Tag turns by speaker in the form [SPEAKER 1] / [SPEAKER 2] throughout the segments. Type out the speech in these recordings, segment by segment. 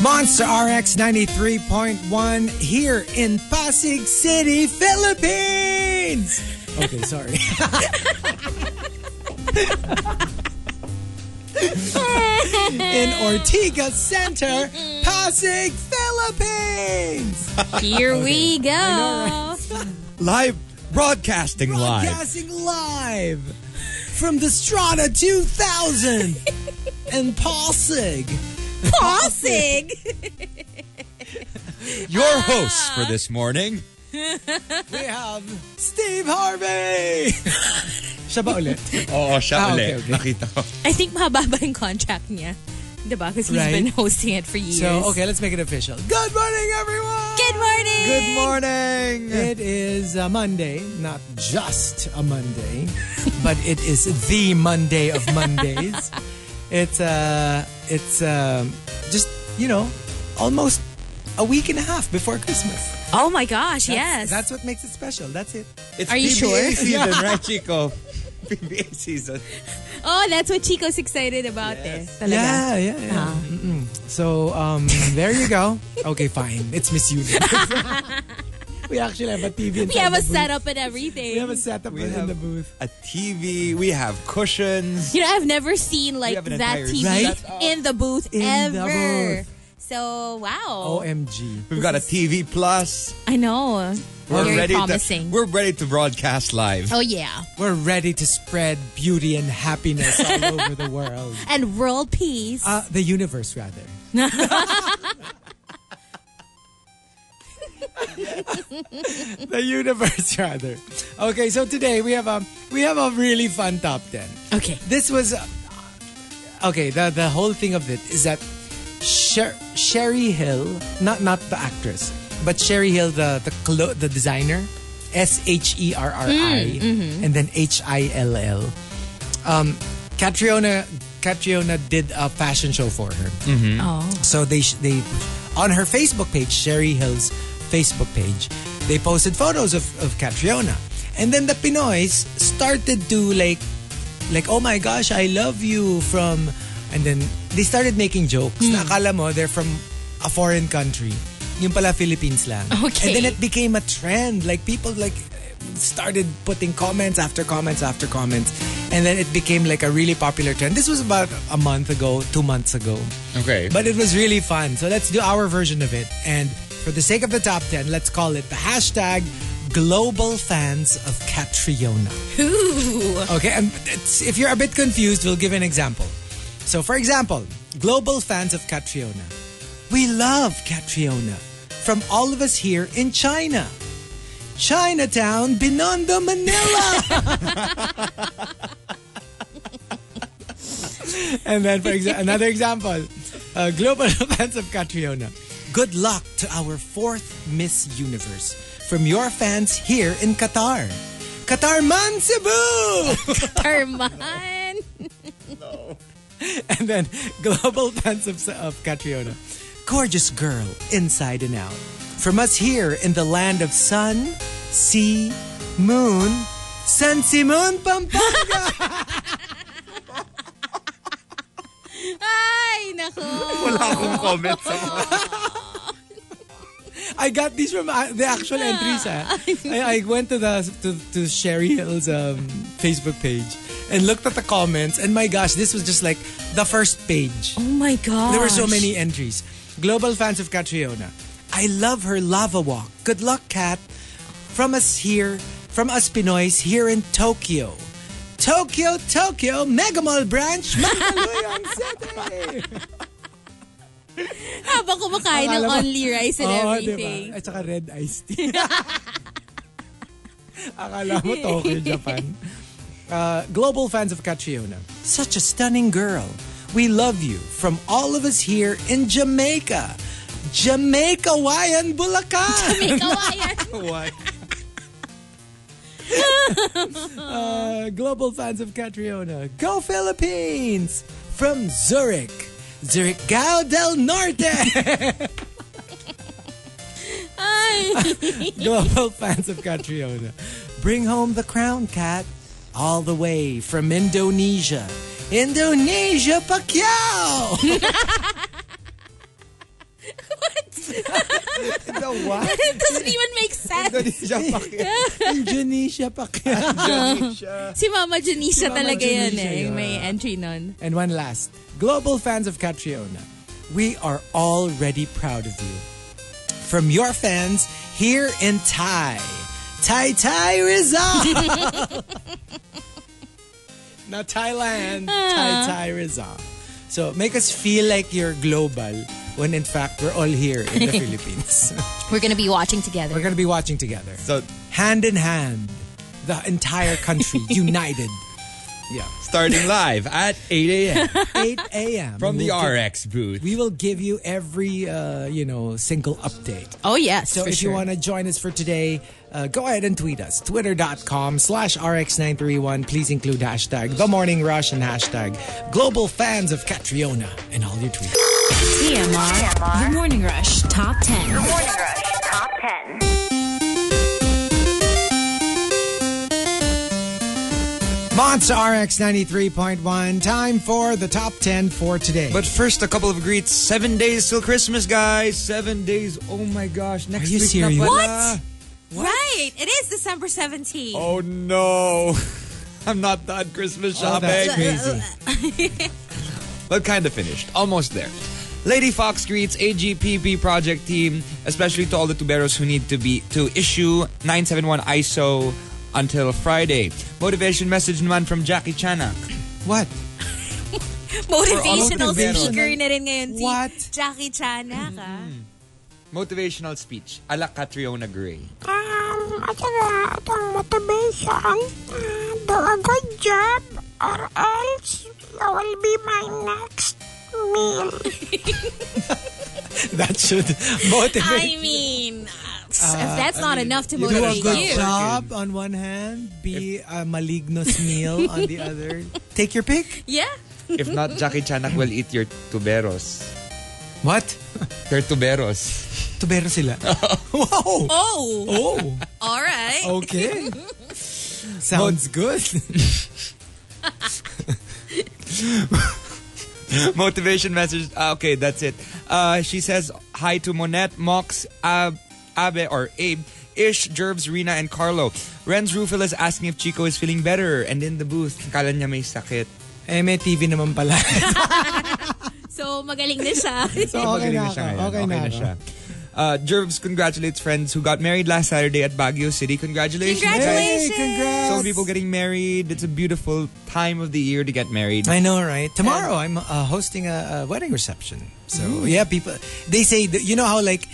[SPEAKER 1] Monster RX 93.1 here in Pasig City, Philippines. Okay, sorry. in Ortigas Center, Pasig, Philippines.
[SPEAKER 2] Here
[SPEAKER 1] Ah,
[SPEAKER 2] we go.
[SPEAKER 3] Live broadcasting live.
[SPEAKER 1] Broadcasting live from the Strata 2000 in Pasig.
[SPEAKER 2] Pausing.
[SPEAKER 3] Your hosts for this morning.
[SPEAKER 1] We have Steve Harvey. Siya ba ulit?
[SPEAKER 3] Oo, siya
[SPEAKER 1] Ah, okay,
[SPEAKER 3] uli.
[SPEAKER 1] okay.
[SPEAKER 3] Nakita ko.
[SPEAKER 2] I think mahaba yung contract niya. Diba? Because he's
[SPEAKER 1] Right.
[SPEAKER 2] been hosting it for years.
[SPEAKER 1] So, okay, let's make it official. Good morning, everyone!
[SPEAKER 2] Good morning.
[SPEAKER 3] Good morning!
[SPEAKER 1] It is a Monday, not just a Monday, but it is the Monday of Mondays. it's uh, it's um, just you know, almost a week and a half before Christmas.
[SPEAKER 2] Oh my gosh, yes.
[SPEAKER 1] That's what makes it special. That's it.
[SPEAKER 3] It's
[SPEAKER 2] Are you
[SPEAKER 3] PBA
[SPEAKER 2] sure?
[SPEAKER 3] season, right, Chico? PBA season.
[SPEAKER 2] oh, that's what Chico's excited about eh. Talaga.
[SPEAKER 1] Yeah, yeah, yeah. Mm-mm. So um, there you go. Okay, fine. It's Miss Universe. we actually have a TV.
[SPEAKER 2] We have a
[SPEAKER 1] set.
[SPEAKER 2] setup and everything.
[SPEAKER 1] We have a setup
[SPEAKER 3] We
[SPEAKER 1] in
[SPEAKER 3] have-
[SPEAKER 1] the booth.
[SPEAKER 3] A TV. We have cushions.
[SPEAKER 2] you know, I've never seen
[SPEAKER 3] We
[SPEAKER 2] like
[SPEAKER 3] have an
[SPEAKER 2] that
[SPEAKER 3] entire
[SPEAKER 2] TV
[SPEAKER 3] setup.
[SPEAKER 2] in the booth
[SPEAKER 1] In the
[SPEAKER 2] ever.
[SPEAKER 1] booth. Oh,
[SPEAKER 2] So, wow.
[SPEAKER 1] Omg.
[SPEAKER 3] We've got a TV plus.
[SPEAKER 2] I know.
[SPEAKER 3] We're
[SPEAKER 2] Very
[SPEAKER 3] ready
[SPEAKER 2] promising.
[SPEAKER 3] to. We're ready to broadcast live.
[SPEAKER 2] oh, yeah.
[SPEAKER 1] We're ready to spread beauty and happiness all over the world.
[SPEAKER 2] And world peace.
[SPEAKER 1] Uh, the universe, rather. the universe, rather. Okay, so today we have a we have a really fun top ten.
[SPEAKER 2] okay.
[SPEAKER 1] This was uh, okay. The the whole thing of it is that Sher- Sherry Hill, not not the actress, but Sherry Hill, the the clo- the designer, S H E R R I, and then H I L L. Um, Catriona Catriona did a fashion show for her.
[SPEAKER 2] Oh.
[SPEAKER 1] So they sh- they on her Facebook page, Sherry Hill's Facebook page, they posted photos of of Catriona, and then the Pinoys started to like like oh my gosh, I love you from, and then they started making jokes.
[SPEAKER 2] Hmm.
[SPEAKER 1] Na akala mo they're from a foreign country, yung pala Philippines lang.
[SPEAKER 2] Okay.
[SPEAKER 1] And then it became a trend. Like people like started putting comments after comments after comments. And then it became like a really popular trend. This was about a month ago, two months ago.
[SPEAKER 3] Okay.
[SPEAKER 1] But it was really fun. So let's do our version of it. And for the sake of the top 10, let's call it the hashtag Global Fans of Catriona.
[SPEAKER 2] Ooh.
[SPEAKER 1] Okay, and it's, if you're a bit confused, we'll give an example. So, for example, global fans of Catriona. We love Catriona. From all of us here in China. Chinatown, Binondo, Manila. and then, for exa- another example, uh, global fans of Catriona. Good luck to our fourth Miss Universe from your fans here in Qatar. Qatar Man Cebu!
[SPEAKER 2] Herman.
[SPEAKER 1] And then global fans of, of Catriona. Gorgeous girl, inside and out. From us here in the land of sun, sea, moon, San Simon Pampanga.
[SPEAKER 2] Ay, nako.
[SPEAKER 3] Wala akong comments sa mga-
[SPEAKER 1] I got these from uh, the actual entries. ah. I, I went to the to, to Sherry Hill's um, Facebook page and looked at the comments. And my gosh, this was just like the first page.
[SPEAKER 2] Oh my god.
[SPEAKER 1] There were so many entries. Global fans of Catriona. I love her lava walk. Good luck, Kat. From us here, from us Pinoys here in Tokyo. Tokyo, Tokyo, Megamall Branch, Mandaluyong City!
[SPEAKER 2] Habang kumakain ng
[SPEAKER 1] Akala mo-
[SPEAKER 2] only rice and
[SPEAKER 1] Oo,
[SPEAKER 2] everything.
[SPEAKER 1] diba? At saka red iced tea. Akala mo Tokyo, Japan. Uh, global fans of Catriona. Such a stunning girl. We love you from all of us here in Jamaica. Jamaica Wayan Bulacan.
[SPEAKER 2] May kawayan.
[SPEAKER 3] Why?
[SPEAKER 1] Uh, global fans of Catriona. Go Philippines! From Zurich. Zuricao del Norte.
[SPEAKER 2] Ay.
[SPEAKER 1] global fans of Catriona. Bring home the crown, cat. All the way from Indonesia. Indonesia Pacquiao!
[SPEAKER 3] The what?
[SPEAKER 2] it doesn't even make sense.
[SPEAKER 3] Indonesia Pacquiao.
[SPEAKER 1] Indonesia Pacquiao.
[SPEAKER 3] Indonesia.
[SPEAKER 2] Si Mama Janisha
[SPEAKER 1] Mama
[SPEAKER 2] talaga yan
[SPEAKER 1] Janisha
[SPEAKER 2] eh.
[SPEAKER 1] yun.
[SPEAKER 2] Yung May entry nun.
[SPEAKER 1] And one last. Global fans of Catriona, we are already proud of you. From your fans here in Thai. Thai Thai Rizal! Not Thailand.
[SPEAKER 3] Ah.
[SPEAKER 1] Thai Thai Rizal. So make us feel like you're global when in fact we're all here in the Philippines.
[SPEAKER 2] We're gonna be watching
[SPEAKER 1] We're
[SPEAKER 2] together.
[SPEAKER 1] going to be watching together.
[SPEAKER 3] So,
[SPEAKER 1] Hand in hand, the entire country united. Yeah.
[SPEAKER 3] starting live at 8 a.m.
[SPEAKER 1] 8 a.m.
[SPEAKER 3] from the
[SPEAKER 1] We'll get-
[SPEAKER 3] RX booth.
[SPEAKER 1] We will give you every, uh, you know, single update.
[SPEAKER 2] Oh yes,
[SPEAKER 1] So
[SPEAKER 2] for
[SPEAKER 1] if
[SPEAKER 2] sure.
[SPEAKER 1] you want to join us for today, uh, go ahead and tweet us. Twitter.com slash RX931. Please include hashtag The Morning Rush and hashtag Global Fans of Catriona in all your tweets.
[SPEAKER 2] E
[SPEAKER 4] TMR, The Morning Rush Top 10.
[SPEAKER 5] Morning Rush Top 10.
[SPEAKER 1] Monster RX 93.1. Time for the top 10 for today.
[SPEAKER 3] But first, a couple of greets. Seven days till Christmas, guys. Seven days. Oh my gosh. Next
[SPEAKER 1] you
[SPEAKER 3] week na
[SPEAKER 1] serious?
[SPEAKER 3] pala.
[SPEAKER 2] What? Right, it is December 17.
[SPEAKER 3] Oh no. I'm not done Christmas
[SPEAKER 1] Oh,
[SPEAKER 3] shopping.
[SPEAKER 1] that's crazy.
[SPEAKER 3] but kind of finished. Almost there. Lady Fox greets AGPP project team, especially to all the tuberos who need to be to issue 971 ISO until Friday. Motivation message naman from Jackie Chanak.
[SPEAKER 1] What?
[SPEAKER 2] Motivational
[SPEAKER 1] Motivational.
[SPEAKER 2] speaker na rin ngayon si
[SPEAKER 1] What? Mm-hmm.
[SPEAKER 2] Jackie Chanak ah.
[SPEAKER 3] Motivational speech. Ala Catriona Gray.
[SPEAKER 6] Um, I think uh, itong motivation, uh, do a good job or else you will be my next meal.
[SPEAKER 1] That should motivate
[SPEAKER 2] I mean, uh, if that's not enough to
[SPEAKER 1] Do a
[SPEAKER 2] motivate
[SPEAKER 1] good
[SPEAKER 2] you.
[SPEAKER 1] job on one hand, be a malignos meal on the other. Take your pick.
[SPEAKER 2] Yeah.
[SPEAKER 3] If not, Jackie Chanak will eat your tuberos.
[SPEAKER 1] What?
[SPEAKER 3] Your tuberos.
[SPEAKER 1] Tubero sila. wow!
[SPEAKER 2] Oh,
[SPEAKER 1] Oh,
[SPEAKER 2] all right.
[SPEAKER 1] okay. Sounds good.
[SPEAKER 3] Motivation message. ah, okay, that's it. Uh, she says hi to Monette, Mox, Ab, Abe, or Abe, Ish, Jervs, Rina, and Carlo. Renz Rufil is asking if Chico is feeling better. And in the booth, kala niya may sakit.
[SPEAKER 1] Eh, may TV naman pala.
[SPEAKER 2] So magaling na siya.
[SPEAKER 1] So,
[SPEAKER 3] Magaling
[SPEAKER 1] okay na
[SPEAKER 3] siya
[SPEAKER 1] ako.
[SPEAKER 3] ngayon.
[SPEAKER 1] Okay, na,
[SPEAKER 3] na
[SPEAKER 1] ako.
[SPEAKER 3] siya. Uh, Jervs congratulates friends who got married last Saturday at Baguio City. Congratulations.
[SPEAKER 2] Congratulations.
[SPEAKER 1] Hey, congrats!
[SPEAKER 3] So many people getting married. It's a beautiful time of the year to get married.
[SPEAKER 1] I know, right? Tomorrow, I'm uh, hosting a, a wedding reception. So, yeah, people, they say, that- you know how, like,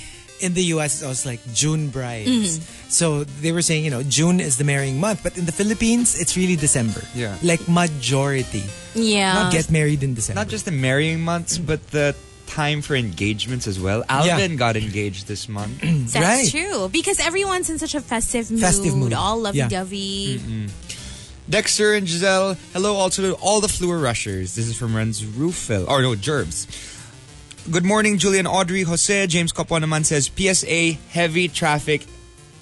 [SPEAKER 1] in the US, it's always like June brides. So, they were saying, you know, June is the marrying month, but in the Philippines, it's really December.
[SPEAKER 3] Yeah.
[SPEAKER 1] Like, majority.
[SPEAKER 2] yeah.
[SPEAKER 1] Not get married in December.
[SPEAKER 3] not just the marrying months, but the time for engagements as well. Alvin got engaged this month.
[SPEAKER 2] That's
[SPEAKER 1] Right.
[SPEAKER 2] true. Because everyone's in such a festive mood.
[SPEAKER 1] Festive mood.
[SPEAKER 2] All
[SPEAKER 1] Yeah.
[SPEAKER 2] lovey-dovey.
[SPEAKER 3] Dexter and Giselle, hello also to all the Fleur Rushers. This is from Renz Rufel, or no, Gerbs. Good morning, Julian Audrey, Jose, James Capua naman says, PSA, heavy traffic,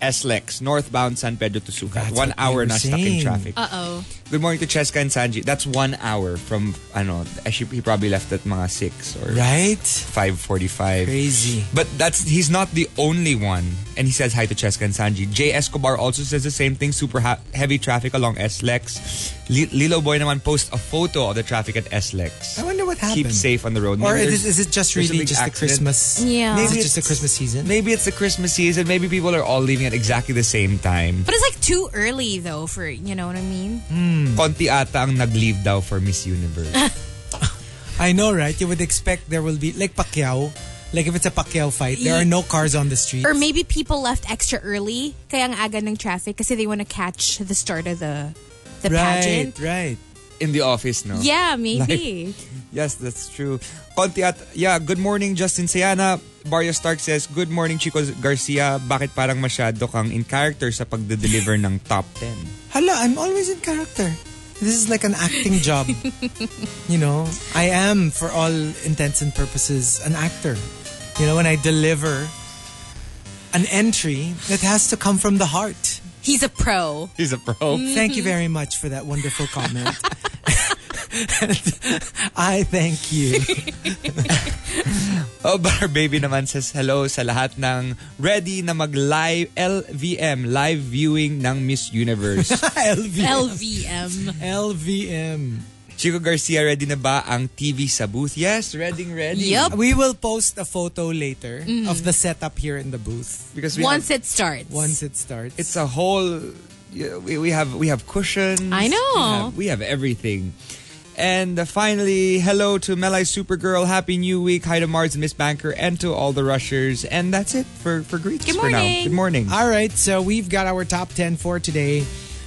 [SPEAKER 3] SLEX, northbound San Pedro to Sucat.
[SPEAKER 1] That's what
[SPEAKER 3] One
[SPEAKER 1] we
[SPEAKER 3] hour
[SPEAKER 1] were
[SPEAKER 3] na stuck
[SPEAKER 1] saying.
[SPEAKER 3] in traffic.
[SPEAKER 2] Uh-oh.
[SPEAKER 3] Good morning to Cheska and Sanji. That's one hour from, ano, eh, she, he probably left at mga 6 or
[SPEAKER 1] Right?
[SPEAKER 3] 5.45.
[SPEAKER 1] Crazy.
[SPEAKER 3] But that's he's not the only one. And he says hi to Cheska and Sanji. Jay Escobar also says the same thing. Super ha- heavy traffic along S-Lex. Li- Lilo Boy naman posts a photo of the traffic at S-Lex.
[SPEAKER 1] I wonder what
[SPEAKER 3] Keep
[SPEAKER 1] happened.
[SPEAKER 3] safe on the road.
[SPEAKER 1] Or
[SPEAKER 3] Maybe
[SPEAKER 1] is,
[SPEAKER 3] there's-
[SPEAKER 1] is it just
[SPEAKER 3] there's a
[SPEAKER 1] really
[SPEAKER 3] big
[SPEAKER 1] just the
[SPEAKER 3] accident.
[SPEAKER 1] Christmas?
[SPEAKER 2] Yeah.
[SPEAKER 1] Maybe
[SPEAKER 2] Maybe
[SPEAKER 1] it's just the Christmas season.
[SPEAKER 3] Maybe it's the Christmas season. Maybe people are all leaving at exactly the same time.
[SPEAKER 2] But it's like too early though for, you know what I mean?
[SPEAKER 1] Mm-hmm. Hmm.
[SPEAKER 3] Konti ata ang nag-leave daw for Miss Universe.
[SPEAKER 1] I know, right? You would expect there will be like Pacquiao. Like if it's a Pacquiao fight, there are no cars on the street.
[SPEAKER 2] Or maybe people left extra early kaya ang aga ng traffic kasi they want to catch the start of the the
[SPEAKER 1] right,
[SPEAKER 2] pageant.
[SPEAKER 1] right.
[SPEAKER 3] In the office, no?
[SPEAKER 2] Yeah, maybe.
[SPEAKER 3] Yes, that's true. Konti at, yeah, good morning Justin Sayana. Barrio Stark says, good morning Chico Garcia. Bakit parang masyado kang in character sa pagde-deliver ng top 10?
[SPEAKER 1] Hala, I'm always in character. This is like an acting job. you know, I am, for all intents and purposes, an actor. You know, when I deliver an entry, it has to come from the heart.
[SPEAKER 2] He's a pro.
[SPEAKER 3] He's a pro.
[SPEAKER 2] Mm.
[SPEAKER 1] Thank you very much for that wonderful comment. I thank you.
[SPEAKER 3] Oh, Bar Baby naman says hello sa lahat ng ready na mag-live LVM, live viewing ng Miss Universe.
[SPEAKER 1] LVM.
[SPEAKER 2] LVM.
[SPEAKER 1] LVM.
[SPEAKER 3] Chico Garcia, ready na ba ang TV sa booth? Yes, ready, ready.
[SPEAKER 2] Yup.
[SPEAKER 1] We will post a photo later of the setup here in the booth
[SPEAKER 3] Because we
[SPEAKER 2] Once it
[SPEAKER 3] have,
[SPEAKER 2] starts.
[SPEAKER 1] once it starts.
[SPEAKER 3] it's a whole, yeah, we, we have we have cushions.
[SPEAKER 2] I know.
[SPEAKER 3] We have, we have everything. And uh, finally, hello to Melai Supergirl. Happy New Week. Hi to Mars and Miss Banker and to all the rushers. And that's it for, for greetings
[SPEAKER 2] Good
[SPEAKER 3] for now.
[SPEAKER 2] morning.
[SPEAKER 3] Good morning.
[SPEAKER 1] All right, so we've got our top 10 for today.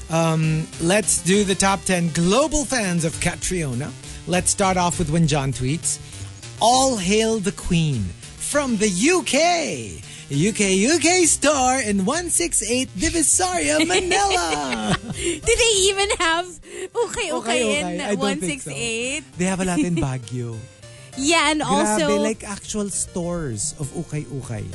[SPEAKER 1] Um, let's do the top 10 global fans of Catriona. Let's start off with when John tweets All hail the Queen from the UK. UK, UK star in 168 Divisoria, Manila.
[SPEAKER 2] Did they even have okay, okay, in
[SPEAKER 1] I don't think so.
[SPEAKER 2] 168?
[SPEAKER 1] They have a lot in Baguio.
[SPEAKER 2] Yeah, and also
[SPEAKER 1] Grabe, like actual stores of Ukay Ukay.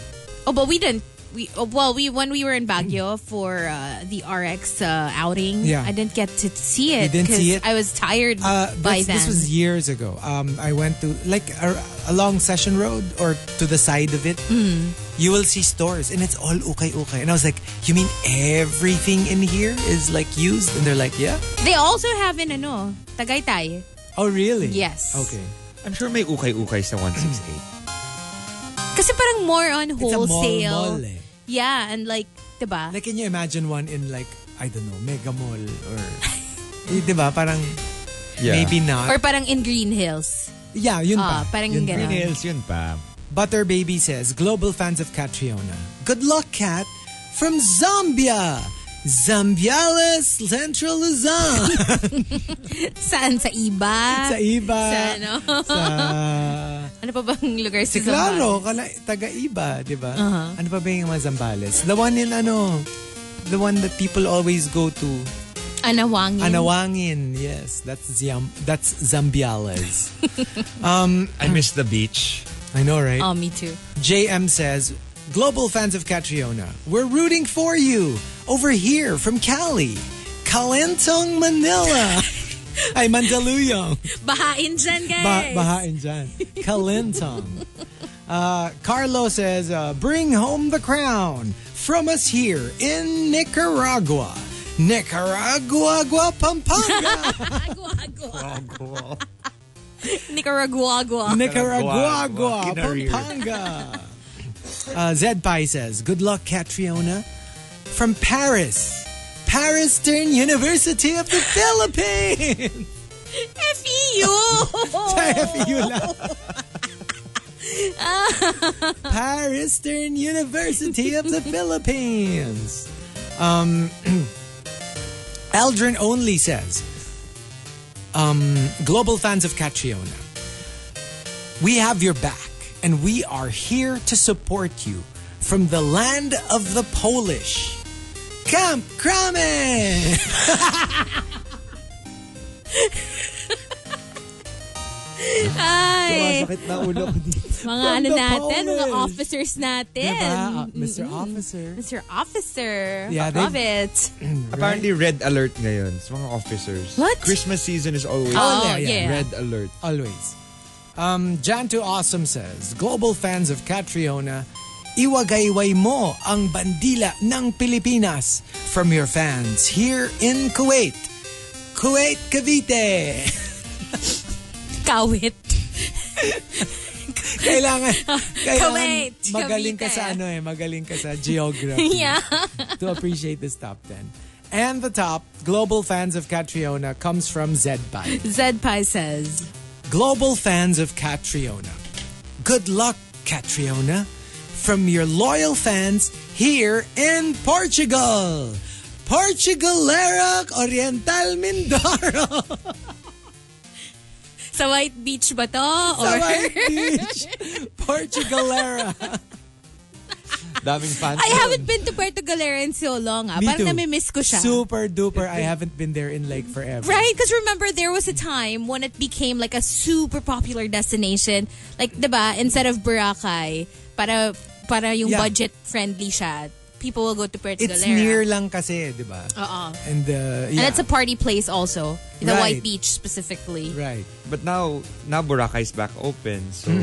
[SPEAKER 2] Oh, but we didn't. We oh, well, we when we were in Baguio for uh, the RX uh, outing,
[SPEAKER 1] Yeah.
[SPEAKER 2] I didn't get to see it.
[SPEAKER 1] didn't
[SPEAKER 2] 'cause
[SPEAKER 1] see it?
[SPEAKER 2] I was tired
[SPEAKER 1] Uh,
[SPEAKER 2] by
[SPEAKER 1] this,
[SPEAKER 2] then.
[SPEAKER 1] this was years ago. Um, I went to like a, along Session Road or to the side of it.
[SPEAKER 2] Hmm.
[SPEAKER 1] You will see stores and it's all ukay ukay. And I was like, you mean everything in here is like used? And they're like, yeah.
[SPEAKER 2] they also have in ano Tagaytay.
[SPEAKER 1] Oh really?
[SPEAKER 2] Yes.
[SPEAKER 1] Okay.
[SPEAKER 3] I'm sure may ukay-ukay sa 168.
[SPEAKER 2] Kasi parang more on
[SPEAKER 1] It's a
[SPEAKER 2] wholesale.
[SPEAKER 1] mall, mall eh.
[SPEAKER 2] Yeah, and like, 'di ba?
[SPEAKER 1] Like can you imagine one in like I don't know Mega Mall or, Eh, di ba? Parang
[SPEAKER 3] Yeah.
[SPEAKER 1] maybe not.
[SPEAKER 2] Or parang in Green Hills.
[SPEAKER 1] yeah, yun
[SPEAKER 2] Ah,
[SPEAKER 1] pa.
[SPEAKER 2] parang
[SPEAKER 1] yun
[SPEAKER 2] ganun.
[SPEAKER 1] pa.
[SPEAKER 2] Green
[SPEAKER 3] Nails yun pa.
[SPEAKER 1] Butter Baby says, global fans of Catriona. Good luck, Cat, from Zambia. Zambiales, Central Luzon.
[SPEAKER 2] Saan sa iba?
[SPEAKER 1] sa iba.
[SPEAKER 2] Sa ano?
[SPEAKER 1] Sa...
[SPEAKER 2] ano pa bang lugar sa
[SPEAKER 1] Si Claro, kala, taga iba, di ba? Ano pa ba yung mga Zambales? The one in ano, the one that people always go to.
[SPEAKER 2] Anawangin.
[SPEAKER 1] Anawangin, yes. That's, Ziam, that's Zambiales.
[SPEAKER 3] I miss the beach.
[SPEAKER 1] I know, right?
[SPEAKER 2] Oh, me too.
[SPEAKER 1] JM says, Global fans of Catriona, we're rooting for you over here from Cali, Kalentong, Manila. Ay, Mandaluyong.
[SPEAKER 2] Bahain dyan, guys.
[SPEAKER 1] Ba- bahain dyan. Kalentong. Uh, Carlo says, uh, bring home the crown from us here in Nicaragua. Nicaragua, Pampanga.
[SPEAKER 2] Aguagua. Nicaraguagua.
[SPEAKER 1] Nicaragua,
[SPEAKER 3] Nicaragua, Kinarir.
[SPEAKER 1] Pampanga. Uh, Zed Pai says, Good luck, Catriona. From Paris, Paris Stern University of the Philippines.
[SPEAKER 2] FEU!
[SPEAKER 1] FU lang. Paris Stern University of the Philippines. Um, Aldrin only says, um, global fans of Catriona, we have your back and we are here to support you from the land of the Polish. Camp Kramen!
[SPEAKER 2] Ay,
[SPEAKER 1] Masakit na ulo ko dito.
[SPEAKER 2] mga ano natin, mga officers natin.
[SPEAKER 1] Diba? Mr. Officer.
[SPEAKER 2] Mr. Officer.
[SPEAKER 1] Yeah,
[SPEAKER 2] I love
[SPEAKER 1] they-
[SPEAKER 2] it.
[SPEAKER 3] Apparently red alert ngayon sa mga officers.
[SPEAKER 2] What?
[SPEAKER 3] Christmas season is always
[SPEAKER 2] Oh,
[SPEAKER 1] yeah,
[SPEAKER 2] yeah.
[SPEAKER 3] red alert.
[SPEAKER 1] always. Um, Janto Awesome says, Global fans of Catriona, iwagayway mo ang bandila ng Pilipinas from your fans here in Kuwait. Kuwait Cavite!
[SPEAKER 2] Kawit.
[SPEAKER 1] Kailangan, kailangan
[SPEAKER 2] Kuwait,
[SPEAKER 1] magaling ka
[SPEAKER 2] Cavite.
[SPEAKER 1] sa ano eh, magaling ka sa geography.
[SPEAKER 2] yeah.
[SPEAKER 1] to appreciate this top 10. And the top, global fans of Catriona comes from Zedbike.
[SPEAKER 2] Zed Pai says,
[SPEAKER 1] Global fans of Catriona. Good luck, Catriona, from your loyal fans here in Portugal. Portugalera Oriental Mindoro
[SPEAKER 2] sa White Beach ba to?
[SPEAKER 1] sa
[SPEAKER 2] Or
[SPEAKER 1] White Beach. Portugalera.
[SPEAKER 3] Daming fans.
[SPEAKER 2] I haven't been to Puerto Galera in so long. Ah.
[SPEAKER 1] Me
[SPEAKER 2] Parang
[SPEAKER 1] too.
[SPEAKER 2] nami-miss ko siya.
[SPEAKER 1] Super duper. I haven't been there in like forever.
[SPEAKER 2] Right? Because remember, there was a time when it became like a super popular destination. diba, Like, 'di ba? Instead of Boracay, para, para yung
[SPEAKER 1] Yeah.
[SPEAKER 2] budget-friendly siya. people will go to Puerto
[SPEAKER 1] It's
[SPEAKER 2] Galera.
[SPEAKER 1] near lang kasi, di ba?
[SPEAKER 2] Oo.
[SPEAKER 1] And, uh,
[SPEAKER 2] And
[SPEAKER 1] yeah.
[SPEAKER 2] it's a party place also. The
[SPEAKER 1] Right.
[SPEAKER 2] White Beach specifically.
[SPEAKER 1] Right.
[SPEAKER 3] But now, now Boracay is back open. So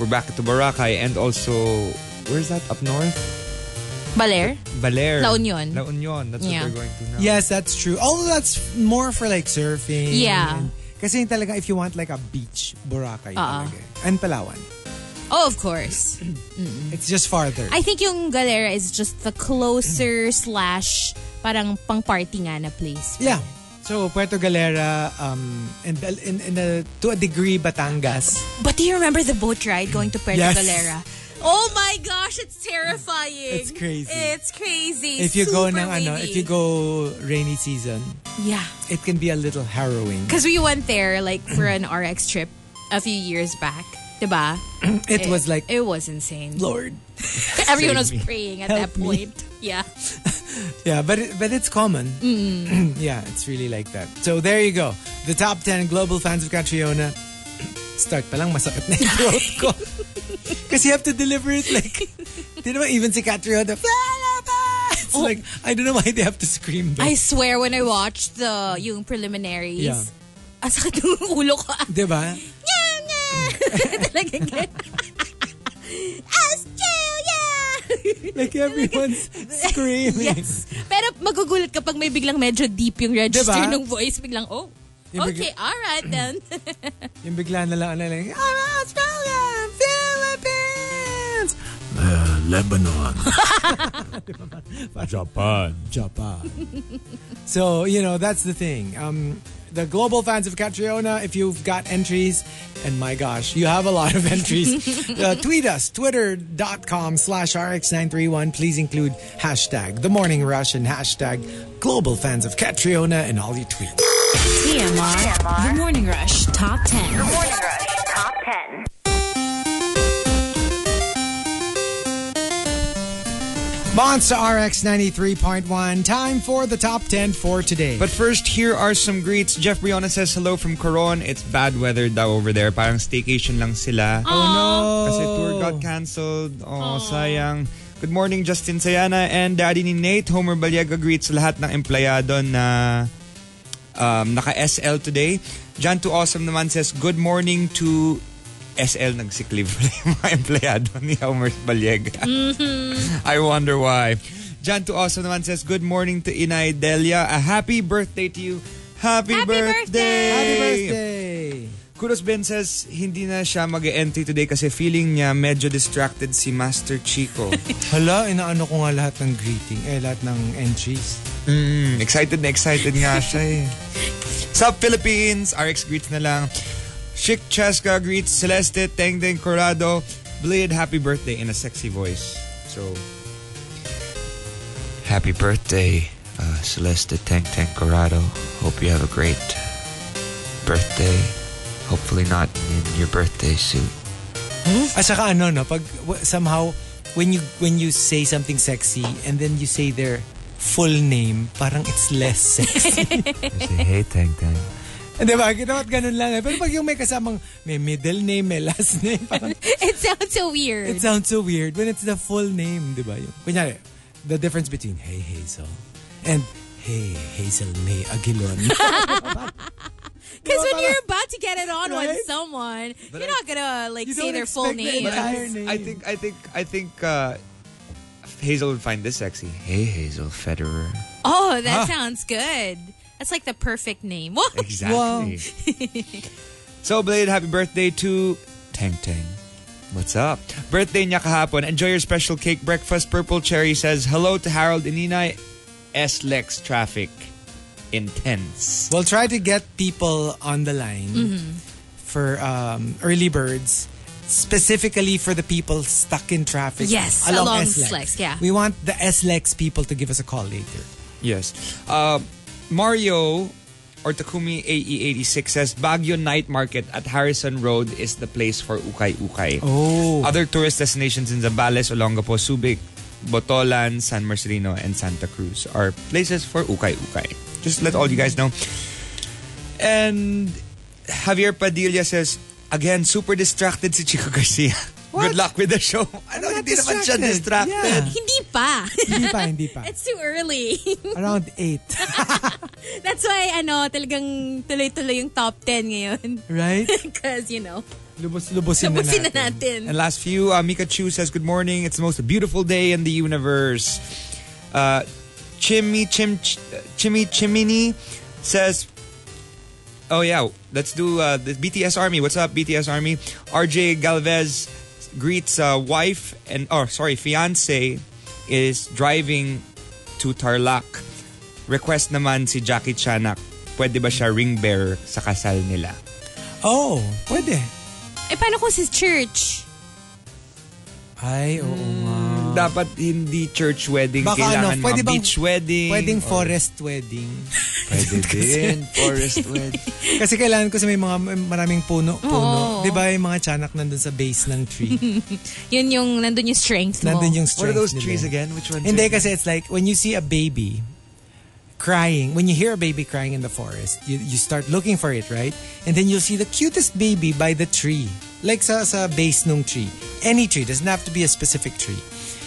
[SPEAKER 3] we're back to Boracay and also, where's that up north?
[SPEAKER 2] Baler?
[SPEAKER 3] Baler.
[SPEAKER 2] La Union.
[SPEAKER 3] La Union. That's
[SPEAKER 2] Yeah.
[SPEAKER 3] what we're going to now.
[SPEAKER 1] Yes, that's true. Although that's f- more for like surfing.
[SPEAKER 2] Yeah.
[SPEAKER 1] and- kasi yun talaga, if you want like a beach, Boracay
[SPEAKER 2] Oo.
[SPEAKER 1] talaga. eh. And Palawan.
[SPEAKER 2] Oh, of course.
[SPEAKER 1] It's just farther.
[SPEAKER 2] Mm. I think yung Galera is just the closer
[SPEAKER 1] Mm.
[SPEAKER 2] slash parang pang-party nga na place.
[SPEAKER 1] yeah. So, Puerto Galera, um, and, and, and uh, to a degree, Batangas.
[SPEAKER 2] But do you remember the boat ride going to Puerto
[SPEAKER 1] Yes.
[SPEAKER 2] Galera? Oh my gosh, it's terrifying.
[SPEAKER 1] It's crazy.
[SPEAKER 2] It's crazy.
[SPEAKER 1] If you go
[SPEAKER 2] Super
[SPEAKER 1] ng ano,
[SPEAKER 2] wavy.
[SPEAKER 1] if you go rainy season,
[SPEAKER 2] Yeah.
[SPEAKER 1] it can be a little harrowing.
[SPEAKER 2] Because we went there like for an RX trip a few years back. Diba?
[SPEAKER 1] It was like,
[SPEAKER 2] It was insane.
[SPEAKER 1] Lord.
[SPEAKER 2] Everyone was
[SPEAKER 3] me.
[SPEAKER 2] praying at
[SPEAKER 1] Help
[SPEAKER 2] that
[SPEAKER 1] me.
[SPEAKER 2] point. Yeah.
[SPEAKER 1] Yeah, but it, but it's common. yeah, it's really like that. So there you go. The top 10 global fans of Catriona. Start pa lang masakit na yung throat ko. Kasi you have to deliver it like, di naman even si Catriona, it's like, I don't know why they have to scream
[SPEAKER 2] I
[SPEAKER 1] though.
[SPEAKER 2] swear when I watched the yung preliminaries,
[SPEAKER 1] Yeah.
[SPEAKER 2] ang sakit ng ulo ko.
[SPEAKER 1] Diba?
[SPEAKER 2] Talaga ganyan. Australia!
[SPEAKER 1] Like everyone's screaming.
[SPEAKER 2] yes. Pero magugulat kapag may biglang medyo deep yung register
[SPEAKER 1] Diba?
[SPEAKER 2] ng voice. Biglang, oh,
[SPEAKER 1] Yung bigla-
[SPEAKER 2] okay, alright then.
[SPEAKER 1] Yung bigla na lang, ano lang, I'm Australian! Philippines!
[SPEAKER 7] Lebanon. Japan.
[SPEAKER 1] Japan. so, you know, that's the thing. Um, the global fans of Catriona, if you've got entries, and my gosh, you have a lot of entries, uh, tweet us, twitter.com slash rx931. Please include hashtag the morning rush and hashtag global fans of Catriona in all your tweets.
[SPEAKER 4] TMR.
[SPEAKER 5] TMR.
[SPEAKER 4] The Morning Rush Top 10.
[SPEAKER 5] Morning Rush Top 10.
[SPEAKER 1] Monster RX 93.1, time for the top 10 for today.
[SPEAKER 3] But first, here are some greets. Jeff Briona says hello from Coron. It's bad weather daw over there. Parang staycation lang sila.
[SPEAKER 1] oh no!
[SPEAKER 3] Kasi tour got cancelled. Oh, sayang. Good morning, Justin Sayana and daddy ni Nate. Homer Baliaga greets lahat ng empleyado na um, naka-SL today. Jan to Awesome naman says, Good morning to SL nagsick leave pala yung mga empleyado ni Homer Baliaga. I wonder why. Jan to Awesome naman says, Good morning to Inay Delia. A happy birthday to you. Happy,
[SPEAKER 2] Happy birthday!
[SPEAKER 1] Happy birthday!
[SPEAKER 3] Kudos Ben says, hindi na siya mag entry today kasi feeling niya medyo distracted si Master Chico.
[SPEAKER 1] Hala, inaano ko nga lahat ng greeting, eh, lahat ng entries.
[SPEAKER 3] mm, excited na excited nga siya eh. Sup Philippines! RX greets na lang. Chic Cheska greets Celeste Tengdeng Corrado. Blade, happy birthday in a sexy voice. So, happy birthday, uh, Celeste Tengdeng Corrado. Hope you have a great birthday. Hopefully not in your birthday suit.
[SPEAKER 1] At saka ano, no, pag w- somehow, when you, when you say something sexy and then you say their full name, parang it's less sexy.
[SPEAKER 3] Say, hey, Tang Tang.
[SPEAKER 1] Di ba? Dapat ganun lang eh. Pero pag yung may kasamang may middle name, may last name, parang
[SPEAKER 2] It sounds so weird.
[SPEAKER 1] it sounds so weird when it's the full name, di ba? Yung, kunyari, the difference between Hey Hazel and Hey Hazel May Aguilon.
[SPEAKER 2] Because when you're about to get it on
[SPEAKER 1] Right?
[SPEAKER 2] with someone,
[SPEAKER 3] But
[SPEAKER 2] you're
[SPEAKER 3] I-
[SPEAKER 2] not gonna like
[SPEAKER 1] You
[SPEAKER 2] say
[SPEAKER 1] don't
[SPEAKER 2] their full
[SPEAKER 1] expect the
[SPEAKER 2] name.
[SPEAKER 1] entire-
[SPEAKER 3] I,
[SPEAKER 1] name.
[SPEAKER 3] I think I think I think uh, Hazel would find this sexy. Hey, Hazel Federer.
[SPEAKER 2] Oh, that sounds good. That's like the perfect name. Whoa.
[SPEAKER 3] Exactly. so Blade, happy birthday to Tang Tang. What's up? Birthday niya kahapon. Enjoy your special cake breakfast. Purple Cherry says hello to Harold and Ninay. S-Lex traffic intense.
[SPEAKER 1] We'll try to get people on the line
[SPEAKER 2] Mm-hmm.
[SPEAKER 1] for um, early birds, specifically for the people stuck in traffic.
[SPEAKER 2] Yes,
[SPEAKER 1] along,
[SPEAKER 2] along
[SPEAKER 1] SLEX.
[SPEAKER 2] SLEX, yeah.
[SPEAKER 1] we want the SLEX people to give us a call later.
[SPEAKER 3] Yes. Uh, Mario or Takumi AE86 says Baguio Night Market at Harrison Road is the place for ukay ukay.
[SPEAKER 1] Oh,
[SPEAKER 3] Other tourist destinations in Zambales, Olongapo, Subic, Botolan, San Marcelino, and Santa Cruz are places for ukay ukay. Just let all you guys know. And Javier Padilla says, again, super distracted si Chico Garcia. Good luck with the show. Ano,
[SPEAKER 1] not
[SPEAKER 3] hindi naman siya
[SPEAKER 1] distracted.
[SPEAKER 3] distracted.
[SPEAKER 1] Yeah.
[SPEAKER 2] Hindi pa.
[SPEAKER 1] Hindi pa, hindi pa.
[SPEAKER 2] It's too early.
[SPEAKER 1] Around 8.
[SPEAKER 2] That's why, ano, talagang tuloy-tuloy yung top 10 ngayon.
[SPEAKER 1] Right?
[SPEAKER 2] Because, you know,
[SPEAKER 1] Lubos-lubosin na
[SPEAKER 2] tapusin na
[SPEAKER 1] natin.
[SPEAKER 2] natin.
[SPEAKER 3] And last few, uh, Mika Chu says, Good morning. It's the most beautiful day in the universe. Uh, Chimmy Chim Ch- uh, Chimmy Chimini says, Oh yeah, let's do uh, the BTS Army. What's up, BTS Army? RJ Galvez greets uh, wife and oh sorry, fiance is driving to Tarlac. Request naman si Jackie Chanak. Pwede ba siya ring bearer sa kasal nila?
[SPEAKER 1] Oh, pwede.
[SPEAKER 2] Eh, paano kung sa church?
[SPEAKER 1] Ay, oo nga.
[SPEAKER 3] Dapat hindi church wedding,
[SPEAKER 1] Baka
[SPEAKER 3] kailangan
[SPEAKER 1] ano, pwede
[SPEAKER 3] mga
[SPEAKER 1] bang-
[SPEAKER 3] beach wedding.
[SPEAKER 1] Mm. Pwedeng
[SPEAKER 3] or-
[SPEAKER 1] forest wedding.
[SPEAKER 3] Pwede din, forest wedding.
[SPEAKER 1] Kasi kailangan ko sa may mga may maraming puno. puno.
[SPEAKER 2] Oo.
[SPEAKER 1] Di ba yung mga tiyanak nandun sa base ng tree?
[SPEAKER 2] Yun yung, nandun yung strength mo.
[SPEAKER 1] nandun yung
[SPEAKER 3] What
[SPEAKER 1] strength
[SPEAKER 3] are those
[SPEAKER 1] nila.
[SPEAKER 3] trees again? Which ones?
[SPEAKER 1] Hindi
[SPEAKER 3] are-
[SPEAKER 1] kasi it's like when you see a baby crying, when you hear a baby crying in the forest, you, you start looking for it, right? And then you'll see the cutest baby by the tree. Like sa, sa base nung tree. Any tree. Doesn't have to be a specific tree.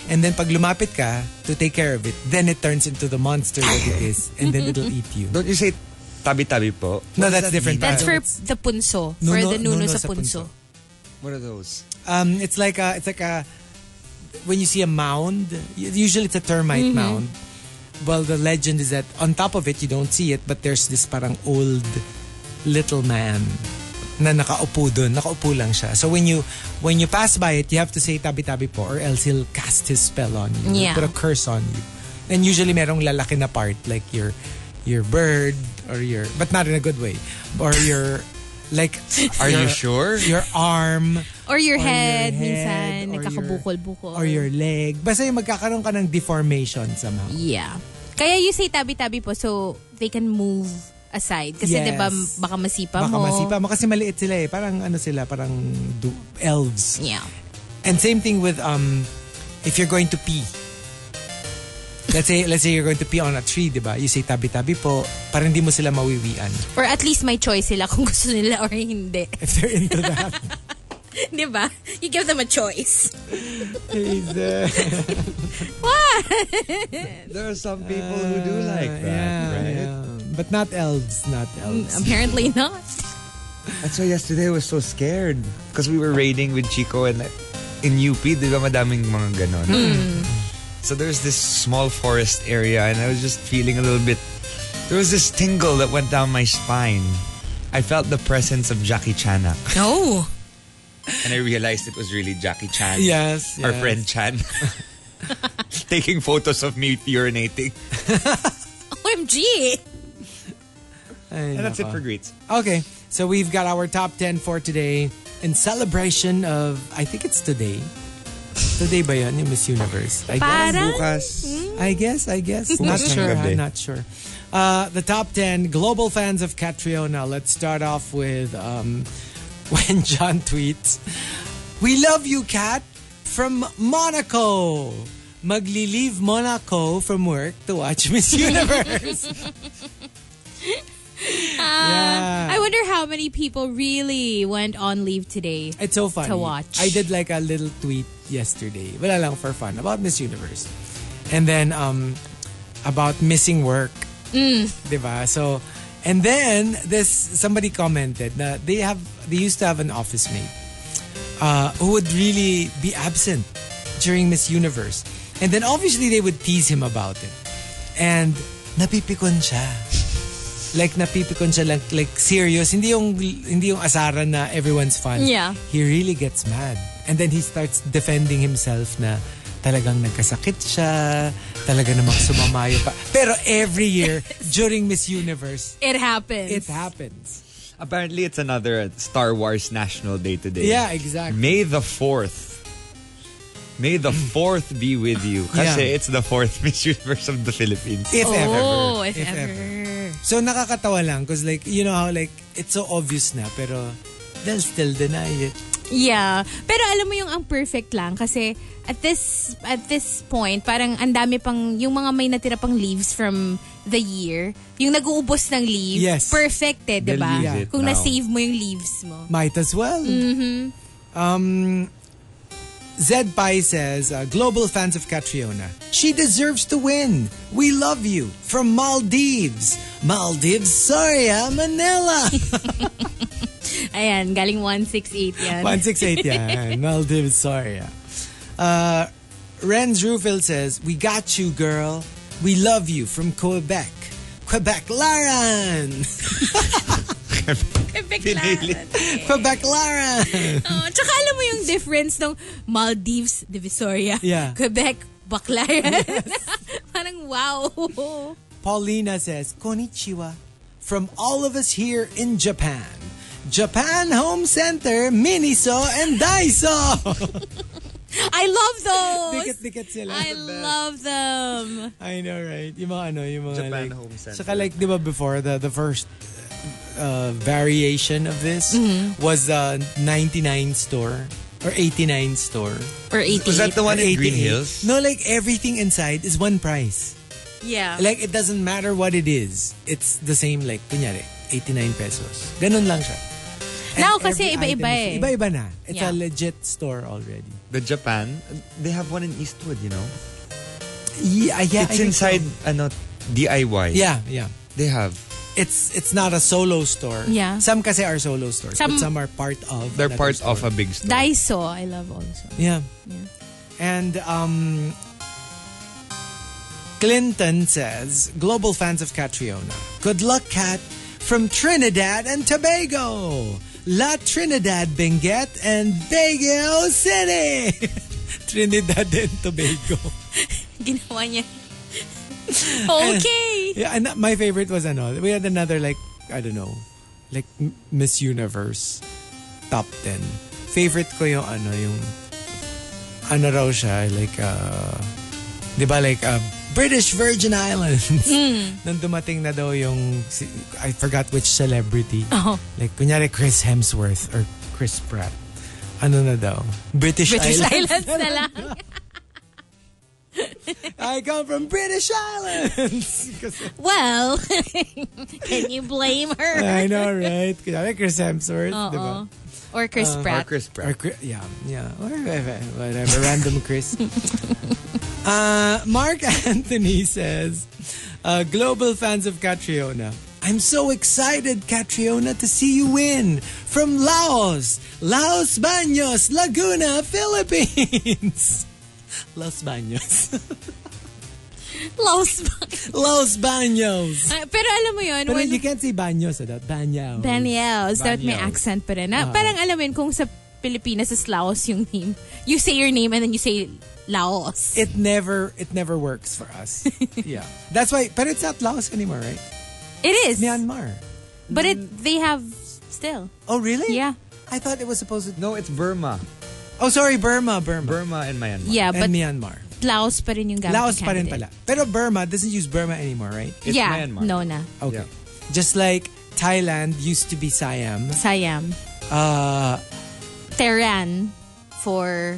[SPEAKER 1] And then pag lumapit ka to take care of it, then it turns into the monster that it is. And then it'll eat you.
[SPEAKER 3] Don't you say tabi-tabi po?
[SPEAKER 1] No,
[SPEAKER 3] What
[SPEAKER 1] that's
[SPEAKER 3] does that
[SPEAKER 1] different.
[SPEAKER 3] mean?
[SPEAKER 2] That's for
[SPEAKER 1] Parang
[SPEAKER 2] the punso. for
[SPEAKER 1] Nuno-
[SPEAKER 2] the nuno,
[SPEAKER 1] nuno
[SPEAKER 2] sa
[SPEAKER 1] sa punso.
[SPEAKER 2] punso.
[SPEAKER 3] What are those?
[SPEAKER 1] Um, it's like a, it's like a, when you see a mound, y- usually it's a termite mound. Well, the legend is that on top of it, you don't see it, but there's this parang old little man na nakaupo dun, nakaupo lang siya. So when you when you pass by it, you have to say tabi-tabi po or else he'll cast his spell on you. He'll
[SPEAKER 2] Yeah.
[SPEAKER 1] Put a curse on you. And usually merong lalaki na part like your your bird or your but not in a good way or your like
[SPEAKER 3] Are you
[SPEAKER 1] your-
[SPEAKER 3] sure?
[SPEAKER 1] your arm
[SPEAKER 2] Or
[SPEAKER 1] Or your
[SPEAKER 2] your
[SPEAKER 1] head,
[SPEAKER 2] head, minsan,
[SPEAKER 1] or your-
[SPEAKER 2] nagkakabukol-bukol.
[SPEAKER 1] or your leg. Basta yung magkakaroon ka ng deformation somehow.
[SPEAKER 2] Yeah. Kaya you say tabi-tabi po so they can move aside. Kasi
[SPEAKER 1] Yes.
[SPEAKER 2] di ba baka masipa
[SPEAKER 1] Baka
[SPEAKER 2] mo.
[SPEAKER 1] masipa mo. Kasi maliit sila eh. Parang ano sila, parang du- elves.
[SPEAKER 2] Yeah.
[SPEAKER 1] And same thing with um, if you're going to pee. Let's say, let's say you're going to pee on a tree, di ba? You say tabi-tabi po, para hindi mo sila mawiwian.
[SPEAKER 2] Or at least may choice sila kung gusto nila or hindi.
[SPEAKER 1] If they're into that.
[SPEAKER 2] di ba? You give them a choice.
[SPEAKER 1] Is, uh,
[SPEAKER 3] There are some people who do like that,
[SPEAKER 1] yeah,
[SPEAKER 3] right?
[SPEAKER 1] yeah. But not elves, not elves.
[SPEAKER 2] Apparently not.
[SPEAKER 3] That's why yesterday I was so scared. Because we were raiding with Chico and like, in UP, di ba madaming mga ganon? So there's this small forest area and I was just feeling a little bit... There was this tingle that went down my spine. I felt the presence of Jackie Chanak.
[SPEAKER 2] No.
[SPEAKER 3] And I realized it was really Jackie Chan.
[SPEAKER 1] Yes,
[SPEAKER 3] Our
[SPEAKER 1] yes.
[SPEAKER 3] friend Chan. Taking photos of me urinating.
[SPEAKER 2] OMG.
[SPEAKER 1] Ay,
[SPEAKER 3] And that's it
[SPEAKER 1] nako.
[SPEAKER 3] for greets.
[SPEAKER 1] Okay, so we've got our top 10 for today in celebration of, I think it's today. Today ba yun, yung Miss Universe? I guess.
[SPEAKER 2] Parang
[SPEAKER 3] Bukas.
[SPEAKER 1] I guess, I guess. Not
[SPEAKER 3] Bukas ng
[SPEAKER 1] sure,
[SPEAKER 3] gabi.
[SPEAKER 1] I'm not sure. Uh, the top 10 global fans of Catriona. Let's start off with um, when John tweets, We love you, Cat, from Monaco. Maglilive Monaco from work to watch Miss Universe. yeah.
[SPEAKER 2] I wonder how many people really went on leave today.
[SPEAKER 1] It's so funny.
[SPEAKER 2] to watch.
[SPEAKER 1] I did like a little tweet yesterday. Wala lang for fun about Miss Universe. And then um about missing work. Mm. Diba? So and then this somebody commented that they have they used to have an office mate uh, who would really be absent during Miss Universe. And then obviously they would tease him about it. And napipikon siya like napipikon siya lang like serious hindi yung hindi yung asaran na everyone's fun
[SPEAKER 2] Yeah.
[SPEAKER 1] he really gets mad and then he starts defending himself na talagang nagkasakit siya talaga namang sumamayo pa pero every year during Miss Universe
[SPEAKER 2] It happens.
[SPEAKER 1] it happens
[SPEAKER 3] Apparently, it's another Star Wars National Day today.
[SPEAKER 1] Yeah, exactly.
[SPEAKER 3] May the 4th. May the 4th be with you.
[SPEAKER 1] Mm.
[SPEAKER 3] Kasi
[SPEAKER 1] Yeah.
[SPEAKER 3] it's the 4th Miss Universe of the Philippines.
[SPEAKER 1] if ever
[SPEAKER 2] Oh, if,
[SPEAKER 1] If
[SPEAKER 2] ever.
[SPEAKER 1] so nakakatawa lang cause like you know how like it's so obvious na pero they'll still deny it
[SPEAKER 2] Yeah. Pero alam mo yung ang perfect lang kasi at this at this point parang ang dami pang yung mga may natira pang leaves from the year, yung nag-uubos ng leave,
[SPEAKER 1] Yes.
[SPEAKER 2] perfect eh, 'di ba?
[SPEAKER 3] They'll use it
[SPEAKER 2] Kung
[SPEAKER 3] now.
[SPEAKER 2] na-save mo yung leaves mo.
[SPEAKER 1] might as well. Um, Zed Pai says, uh, global fans of Catriona, she deserves to win. We love you from Maldives. Maldives, sorry, ah, Manila.
[SPEAKER 2] Ayan, galing 168 yan.
[SPEAKER 1] 168 yan. Maldives, sorry. ah. Uh, Renz Rufil says, We got you, girl. We love you from Quebec. Quebec Laran!
[SPEAKER 2] Biglaan.
[SPEAKER 1] Quebec Laran!
[SPEAKER 2] Oh, tsaka alam mo yung difference ng Maldives, Divisoria,
[SPEAKER 1] Yeah.
[SPEAKER 2] Quebec, Baclayan. Parang wow.
[SPEAKER 1] Paulina says, Konnichiwa. From all of us here in Japan. Japan Home Center, Miniso, and Daiso!
[SPEAKER 2] I love those.
[SPEAKER 1] Dikit-dikit sila.
[SPEAKER 2] I love them.
[SPEAKER 1] I know, right? Yung mga ano, yung mga
[SPEAKER 3] Japan
[SPEAKER 1] like...
[SPEAKER 3] Home Center.
[SPEAKER 1] Saka like, di ba before, the, the first uh, variation of this was the 99 store or 89 store.
[SPEAKER 2] Or 88.
[SPEAKER 3] Was that the one
[SPEAKER 1] Or
[SPEAKER 3] in
[SPEAKER 1] 88.
[SPEAKER 3] Green Hills?
[SPEAKER 1] No, like everything inside is one price.
[SPEAKER 2] Yeah.
[SPEAKER 1] Like it doesn't matter what it is. It's the same like, kunyari, 89 pesos. Ganun lang siya. And
[SPEAKER 2] Now, kasi
[SPEAKER 1] every item
[SPEAKER 2] iba-iba
[SPEAKER 1] is-
[SPEAKER 2] eh.
[SPEAKER 1] Iba-iba na. It's a
[SPEAKER 2] Yeah.
[SPEAKER 1] legit store already.
[SPEAKER 3] The Japan, they have one in Eastwood, you know?
[SPEAKER 1] Yeah, yeah. I
[SPEAKER 3] it's
[SPEAKER 1] think so.
[SPEAKER 3] inside ano, DIY.
[SPEAKER 1] Yeah, yeah.
[SPEAKER 3] They have.
[SPEAKER 1] It's it's not a solo store.
[SPEAKER 2] Yeah.
[SPEAKER 1] Some kasi are solo stores,
[SPEAKER 2] Some-
[SPEAKER 1] but some are part of.
[SPEAKER 3] They're
[SPEAKER 1] another
[SPEAKER 3] part
[SPEAKER 1] store.
[SPEAKER 3] of a big store.
[SPEAKER 2] Daiso, I love also.
[SPEAKER 1] Yeah. And um, Clinton says, global fans of Catriona, good luck, Cat, from Trinidad and Tobago. La Trinidad Benguet and Baguio City. Trinidad and Tobago.
[SPEAKER 2] Ginawa niya. okay.
[SPEAKER 1] Yeah, and my favorite was ano, we had another like I don't know, like M- Miss Universe top 10. Favorite ko yung ano yung ano raw siya like uh 'di ba like uh, British Virgin Islands.
[SPEAKER 2] Hmm.
[SPEAKER 1] Nang dumating na daw yung si- I forgot which celebrity.
[SPEAKER 2] Oh.
[SPEAKER 1] Like kunyari Chris Hemsworth or Chris Pratt. Ano na daw? British,
[SPEAKER 2] British
[SPEAKER 1] Islands.
[SPEAKER 2] Islands na lang.
[SPEAKER 1] I come from British Islands. Kasi-
[SPEAKER 2] Well, can you blame her?
[SPEAKER 1] I know, right? Kunyari Chris Hemsworth, di ba?
[SPEAKER 2] Oo. Or Chris
[SPEAKER 3] diba? Uh, Or
[SPEAKER 2] Pratt.
[SPEAKER 3] Chris
[SPEAKER 1] Or,
[SPEAKER 3] Pratt.
[SPEAKER 1] Chri- yeah, yeah. Or whatever, whatever, random Chris. uh, Mark Anthony says, uh, global fans of Catriona. I'm so excited, Catriona, to see you win from Laos, Laos Baños, Laguna, Philippines. Los Baños.
[SPEAKER 2] Los
[SPEAKER 1] Los Baños.
[SPEAKER 2] Ah, Pero alam mo yun,
[SPEAKER 1] But
[SPEAKER 2] when
[SPEAKER 1] you can't say Baños without Baños.
[SPEAKER 2] Banyos, dapat may accent pa rin. Ah, Parang alam mo yun, kung sa Pilipinas is Laos yung name. You say your name and then you say Laos.
[SPEAKER 1] It never, it never works for us. yeah, that's why. But it's not Laos anymore, right?
[SPEAKER 2] It is.
[SPEAKER 1] Myanmar.
[SPEAKER 2] But it they have still.
[SPEAKER 1] Oh, really?
[SPEAKER 2] Yeah.
[SPEAKER 1] I thought it was supposed to.
[SPEAKER 3] No, it's Burma.
[SPEAKER 1] Oh, sorry, Burma, Burma.
[SPEAKER 3] Burma and Myanmar.
[SPEAKER 2] Yeah,
[SPEAKER 1] and
[SPEAKER 2] but
[SPEAKER 1] Myanmar.
[SPEAKER 2] Laos pa rin yung gamit.
[SPEAKER 1] Laos
[SPEAKER 2] ng
[SPEAKER 1] pa rin pala.
[SPEAKER 2] candidate.
[SPEAKER 1] Pero Burma doesn't use Burma anymore, right?
[SPEAKER 3] It's
[SPEAKER 2] yeah,
[SPEAKER 3] Myanmar.
[SPEAKER 2] no na.
[SPEAKER 1] Okay.
[SPEAKER 3] Yeah.
[SPEAKER 1] Just like Thailand used to be Siam.
[SPEAKER 2] Sayam.
[SPEAKER 1] Uh,
[SPEAKER 2] Tehran for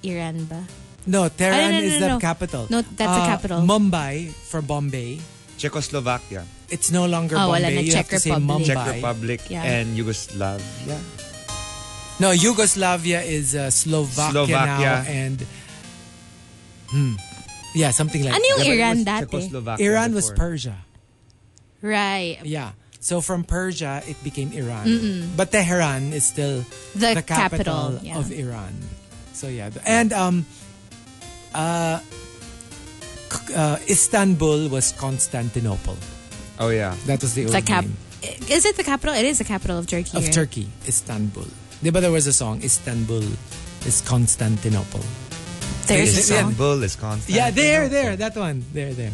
[SPEAKER 2] Iran ba?
[SPEAKER 1] no, Tehran
[SPEAKER 2] Ah, no, no,
[SPEAKER 1] is
[SPEAKER 2] no,
[SPEAKER 1] the
[SPEAKER 2] no.
[SPEAKER 1] capital.
[SPEAKER 2] No, that's the
[SPEAKER 1] Uh,
[SPEAKER 2] capital.
[SPEAKER 1] Mumbai for Bombay.
[SPEAKER 3] Czechoslovakia,
[SPEAKER 1] It's no longer
[SPEAKER 2] Oh, wala
[SPEAKER 1] Bombay.
[SPEAKER 2] na,
[SPEAKER 1] you have
[SPEAKER 2] Czech
[SPEAKER 1] to say
[SPEAKER 2] Republic.
[SPEAKER 3] Czech
[SPEAKER 1] Mumbai.
[SPEAKER 3] Republic,
[SPEAKER 2] Yeah.
[SPEAKER 3] and Yugoslavia.
[SPEAKER 1] No, Yugoslavia is uh, Slovakia,
[SPEAKER 3] Slovakia.
[SPEAKER 1] now and hmm, yeah, something like
[SPEAKER 2] Ano yung
[SPEAKER 3] Yeah, but it
[SPEAKER 2] Iran
[SPEAKER 3] was
[SPEAKER 2] dati?
[SPEAKER 1] that.
[SPEAKER 3] Czechoslovakia
[SPEAKER 1] Iran was
[SPEAKER 3] before.
[SPEAKER 1] Persia.
[SPEAKER 2] Right.
[SPEAKER 1] Yeah. So from Persia, it became Iran. But Tehran is still
[SPEAKER 2] The
[SPEAKER 1] the, capital,
[SPEAKER 2] capital, yeah.
[SPEAKER 1] of Iran. So yeah, the- and um, uh, K- uh, Istanbul was Constantinople.
[SPEAKER 3] Oh yeah.
[SPEAKER 1] That was the old
[SPEAKER 2] The cap
[SPEAKER 1] name
[SPEAKER 2] Is it the capital? It is the capital of Turkey.
[SPEAKER 1] of
[SPEAKER 2] right?
[SPEAKER 1] Turkey, Istanbul. But there was a song, Istanbul is Constantinople.
[SPEAKER 2] There's a song.
[SPEAKER 3] Istanbul is constant.
[SPEAKER 1] Yeah, there, there, that one, there, there.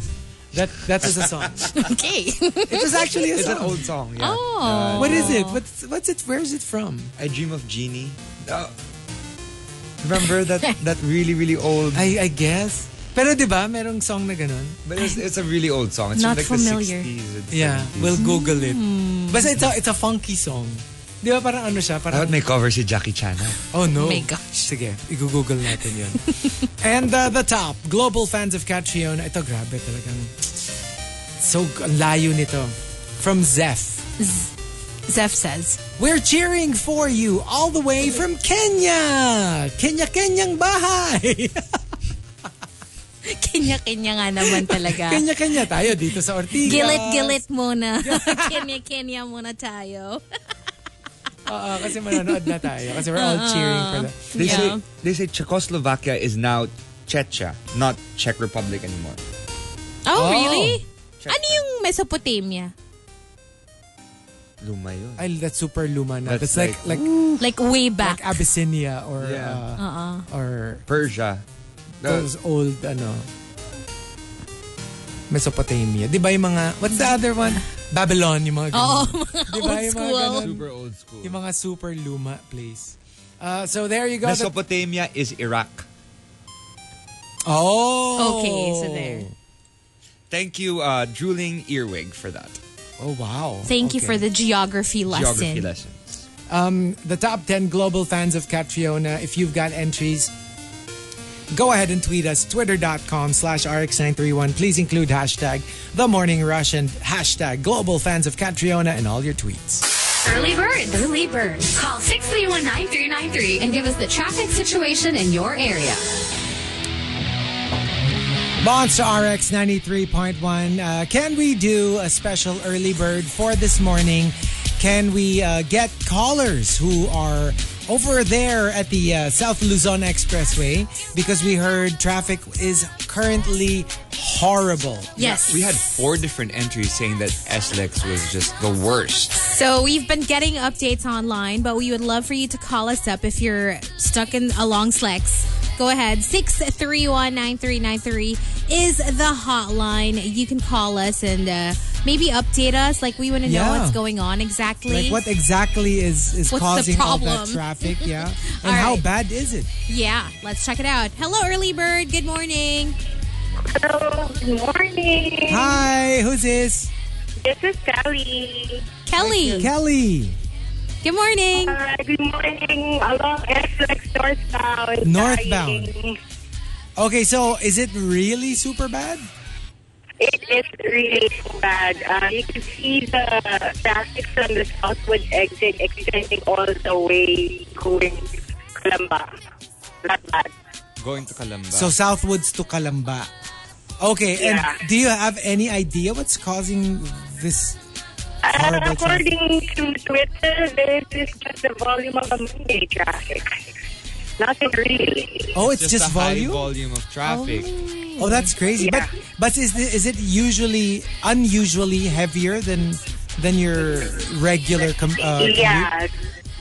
[SPEAKER 1] That that was a song.
[SPEAKER 2] Okay.
[SPEAKER 1] it was actually a
[SPEAKER 3] It's an
[SPEAKER 1] song.
[SPEAKER 3] old song. Yeah.
[SPEAKER 2] Oh.
[SPEAKER 1] What is it? What's what's it? Where is it from?
[SPEAKER 3] I Dream of Genie. Uh, remember that that really really old.
[SPEAKER 1] I I guess. Pero 'di ba, merong song na ganun?
[SPEAKER 3] But it's, it's a really old song. It's
[SPEAKER 2] Not
[SPEAKER 3] from like
[SPEAKER 2] familiar.
[SPEAKER 3] the 60s and
[SPEAKER 1] Yeah,
[SPEAKER 3] 70s.
[SPEAKER 1] we'll Google it.
[SPEAKER 3] Hmm.
[SPEAKER 1] Basta it's a, it's a funky song. Di ba parang ano siya? Parang,
[SPEAKER 3] Dapat may cover si Jackie Chan.
[SPEAKER 1] oh
[SPEAKER 3] ah.
[SPEAKER 1] no.
[SPEAKER 2] my gosh.
[SPEAKER 1] Sige, i-google natin yun. And uh, the top, global fans of Catriona. Ito, grabe talagang. So, g- ang layo nito. From Zeph.
[SPEAKER 2] Zeph says.
[SPEAKER 1] We're cheering for you all the way from Kenya! Kenya-kenyang bahay!
[SPEAKER 2] Kanya-kanya nga naman talaga.
[SPEAKER 1] Kanya-kanya tayo dito sa Ortigas.
[SPEAKER 2] Gilit-gilit muna. Kenya-kenya muna tayo.
[SPEAKER 1] Oo, kasi manonood na tayo. Kasi we're all cheering for that.
[SPEAKER 3] They
[SPEAKER 2] Yeah.
[SPEAKER 3] say they say Czechoslovakia is now Chechia, not Czech Republic anymore.
[SPEAKER 2] Oh,
[SPEAKER 1] Oh.
[SPEAKER 2] really?
[SPEAKER 3] Check
[SPEAKER 2] ano yung Mesopotamia?
[SPEAKER 3] Luma yun.
[SPEAKER 1] Ay, that's super luma na.
[SPEAKER 3] That's
[SPEAKER 1] That's, like, like,
[SPEAKER 2] Like way
[SPEAKER 1] like uh,
[SPEAKER 2] back.
[SPEAKER 1] Abyssinia or,
[SPEAKER 3] Yeah.
[SPEAKER 1] uh,
[SPEAKER 2] Uh-uh.
[SPEAKER 1] or
[SPEAKER 3] Persia. No,
[SPEAKER 1] those old, ano, Mesopotamia. Di ba yung mga, what's the other one? Babylon, yung mga ganun.
[SPEAKER 2] Oo, mga
[SPEAKER 1] Di ba
[SPEAKER 2] Oh, old
[SPEAKER 1] yung mga
[SPEAKER 2] school.
[SPEAKER 1] ganun?
[SPEAKER 3] super old school.
[SPEAKER 1] Oh. Yung mga super luma place. Uh, so there you go. That-
[SPEAKER 3] Mesopotamia is Iraq.
[SPEAKER 1] oh!
[SPEAKER 2] Okay, so there.
[SPEAKER 3] Thank you, uh, drooling earwig, for that
[SPEAKER 1] Oh, wow.
[SPEAKER 2] Thank you for
[SPEAKER 1] Okay.
[SPEAKER 2] the geography lesson.
[SPEAKER 3] geography lessons.
[SPEAKER 1] Um, the top 10 global fans of Cat Fiona. If you've got entries, go ahead and tweet us. Twitter.com slash RX931. Please include hashtag The Morning Rush and hashtag Global Fans of Cat Fiona in all your tweets.
[SPEAKER 8] Early bird, early bird. Call 631-9393 and give us the traffic situation in your area.
[SPEAKER 1] Monster RX 93.1. Uh, can we do a special early bird for this morning? Can we uh, get callers who are over there at the uh, South Luzon Expressway? Because we heard traffic is currently horrible.
[SPEAKER 2] Yes.
[SPEAKER 3] We had four different entries saying that Eslex was just the worst.
[SPEAKER 2] So we've been getting updates online, but we would love for you to call us up if you're stuck in along Slex. Go ahead. 631 9393 is the hotline. You can call us and uh, maybe update us. Like, we want to know
[SPEAKER 1] Yeah.
[SPEAKER 2] what's going on exactly.
[SPEAKER 1] Like what exactly is is
[SPEAKER 2] What's the
[SPEAKER 1] causing all that
[SPEAKER 2] problem?
[SPEAKER 1] traffic? Yeah, and
[SPEAKER 2] All
[SPEAKER 1] how
[SPEAKER 2] right.
[SPEAKER 1] bad is it?
[SPEAKER 2] yeah, let's check it out. Hello, Early Bird. Good morning.
[SPEAKER 5] Hello, good morning.
[SPEAKER 1] Hi, who's this?
[SPEAKER 5] This is Sally.
[SPEAKER 2] Kelly.
[SPEAKER 1] Kelly,
[SPEAKER 2] Good morning.
[SPEAKER 5] Uh, good morning. Along SLEX northbound.
[SPEAKER 1] Northbound.
[SPEAKER 5] Dying.
[SPEAKER 1] Okay, so is it really super bad?
[SPEAKER 5] It is really bad. Uh, you can see the traffic from the southward exit extending all the way going to Columba. Not bad.
[SPEAKER 3] Going to Kalamba.
[SPEAKER 1] So Southwoods to Kalamba. Okay,
[SPEAKER 5] Yeah.
[SPEAKER 1] and do you have any idea what's causing this?
[SPEAKER 5] Uh,
[SPEAKER 1] Horrible
[SPEAKER 5] according to Twitter, this is just the volume of a Monday traffic. Nothing really.
[SPEAKER 1] Oh, it's, just,
[SPEAKER 3] a high
[SPEAKER 1] volume.
[SPEAKER 3] volume of traffic.
[SPEAKER 1] Oh, that's crazy.
[SPEAKER 5] Yeah.
[SPEAKER 1] But but is the, is it usually unusually heavier than than your regular com- uh, commute?
[SPEAKER 5] yeah,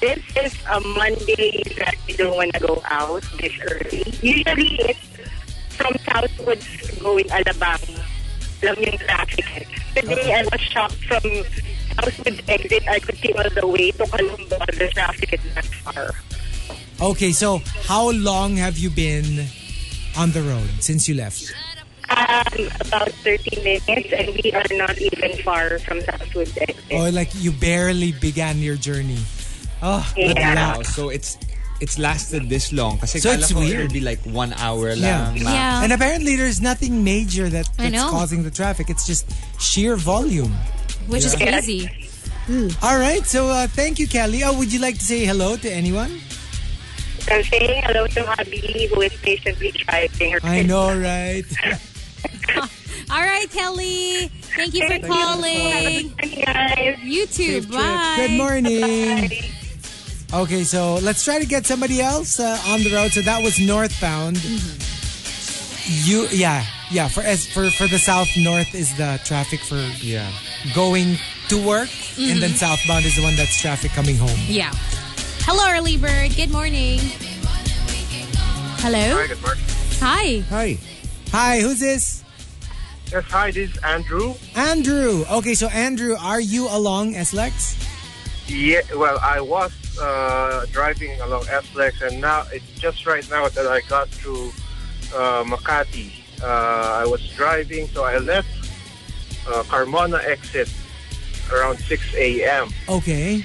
[SPEAKER 5] this is a Monday that you don't want to go out this early. Usually it's from Southwoods going Alabang. Alam yung traffic. Today
[SPEAKER 1] Uh-huh.
[SPEAKER 5] I was shocked from Southwoods exit. I could see all the way to Columbo. The traffic is not far.
[SPEAKER 1] Okay, so how long have you been on the road since you left?
[SPEAKER 5] Um, about 30 minutes and we are not even far from Southwoods exit.
[SPEAKER 1] Or like you barely began your journey? Oh, good
[SPEAKER 5] Yeah.
[SPEAKER 1] luck.
[SPEAKER 3] Wow, so it's it's lasted this long. Kasi
[SPEAKER 1] So it's
[SPEAKER 3] kala ko
[SPEAKER 1] weird.
[SPEAKER 3] It'll be like one hour
[SPEAKER 1] Yeah.
[SPEAKER 3] lang.
[SPEAKER 2] Yeah.
[SPEAKER 1] And apparently there's nothing major that,
[SPEAKER 2] I
[SPEAKER 1] that's
[SPEAKER 2] know.
[SPEAKER 1] causing the traffic. It's just sheer volume.
[SPEAKER 2] Which is crazy.
[SPEAKER 1] All right, so uh, thank you, Kelly. Oh, would you like to say hello to anyone?
[SPEAKER 5] I'm saying hello to Habi who is patiently driving.
[SPEAKER 1] I know, right?
[SPEAKER 2] All right, Kelly. Thank you for
[SPEAKER 5] Thank you.
[SPEAKER 2] calling.
[SPEAKER 5] Hi guys.
[SPEAKER 2] You too. Bye.
[SPEAKER 1] Good morning. Okay, so let's try to get somebody else uh, on the road. So that was northbound. You, yeah, yeah. For as for for the south north is the traffic for
[SPEAKER 3] Yeah.
[SPEAKER 1] going to work, and then southbound is the one that's traffic coming home.
[SPEAKER 2] Yeah. Hello, early bird. Good morning. Hello.
[SPEAKER 9] Good morning.
[SPEAKER 2] Hi.
[SPEAKER 3] Hi.
[SPEAKER 1] Hi, who's this?
[SPEAKER 9] Yes, hi, this is Andrew.
[SPEAKER 1] Andrew. Okay, so Andrew, are you along SLEX?
[SPEAKER 9] Yeah, well, I was uh, driving along Flex, and now it's just right now that I got to uh, Makati. Uh, I was driving, so I left uh, Carmona exit around 6 a.m.
[SPEAKER 1] Okay.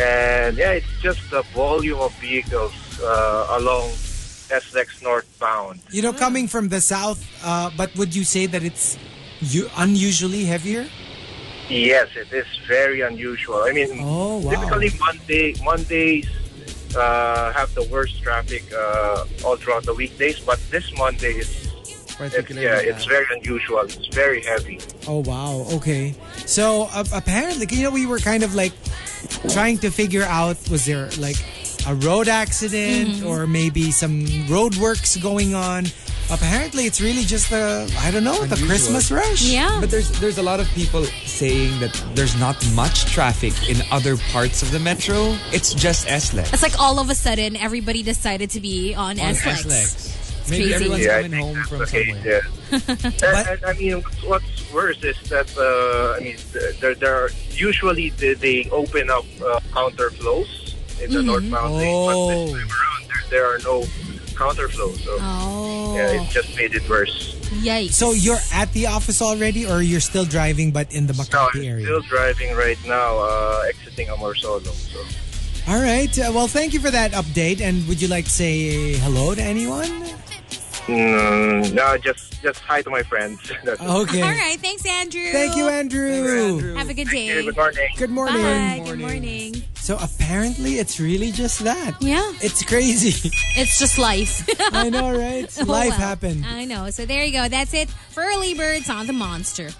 [SPEAKER 9] And yeah, it's just the volume of vehicles uh, along Flex northbound.
[SPEAKER 1] You know, coming from the south, uh, but would you say that it's you unusually heavier?
[SPEAKER 9] Yes, it is very unusual. I mean,
[SPEAKER 1] Oh, wow.
[SPEAKER 9] typically Monday Mondays uh, have the worst traffic uh, all throughout the weekdays, but this Monday is it's,
[SPEAKER 3] Particularly
[SPEAKER 9] yeah,
[SPEAKER 3] bad.
[SPEAKER 9] it's very unusual. It's very heavy.
[SPEAKER 1] Oh wow. Okay. So uh, apparently, you know, we were kind of like trying to figure out was there like a road accident or maybe some road works going on. Apparently, it's really just the I don't know the
[SPEAKER 3] Unusual.
[SPEAKER 1] Christmas rush.
[SPEAKER 2] Yeah.
[SPEAKER 3] But there's there's a lot of people saying that there's not much traffic in other parts of the metro. It's just E SLEX.
[SPEAKER 2] It's like all of a sudden everybody decided to be on,
[SPEAKER 3] On
[SPEAKER 2] SLEX.
[SPEAKER 3] SLEX. Maybe
[SPEAKER 2] crazy.
[SPEAKER 3] everyone's
[SPEAKER 9] yeah, I
[SPEAKER 3] coming
[SPEAKER 9] think
[SPEAKER 3] home
[SPEAKER 9] that's
[SPEAKER 3] from
[SPEAKER 9] the case,
[SPEAKER 3] somewhere.
[SPEAKER 9] Yeah. and, and, I mean, what's- what's worse is that uh, I mean, th- there, there are usually they, they open up uh, counter flows in the northbound lane, but
[SPEAKER 1] Oh.
[SPEAKER 9] this time around there, there are no counter flows, so
[SPEAKER 2] Oh,
[SPEAKER 9] yeah, it just made it worse.
[SPEAKER 2] yikes.
[SPEAKER 1] So you're at the office already, or you're still driving but in the
[SPEAKER 9] Now
[SPEAKER 1] Makati
[SPEAKER 9] I'm
[SPEAKER 1] area?
[SPEAKER 9] still driving right now, uh, exiting Amorsolo. So
[SPEAKER 1] All right. Uh, well, thank you for that update. And would you like to say hello to anyone?
[SPEAKER 9] mm, no, just just hi to my friends. That's it.
[SPEAKER 1] Okay.
[SPEAKER 2] All right, thanks, Andrew.
[SPEAKER 1] Thank you, Andrew.
[SPEAKER 2] Have a good
[SPEAKER 9] Thank
[SPEAKER 2] day.
[SPEAKER 9] you. Good morning.
[SPEAKER 1] Good morning.
[SPEAKER 2] Bye. Good morning.
[SPEAKER 1] So apparently, it's really just that.
[SPEAKER 2] Yeah,
[SPEAKER 1] It's crazy.
[SPEAKER 2] it's just life.
[SPEAKER 1] I know, right? Life
[SPEAKER 2] Oh, Well, Uh.
[SPEAKER 1] happened.
[SPEAKER 2] I know. So there you go. That's it for early birds on the monster.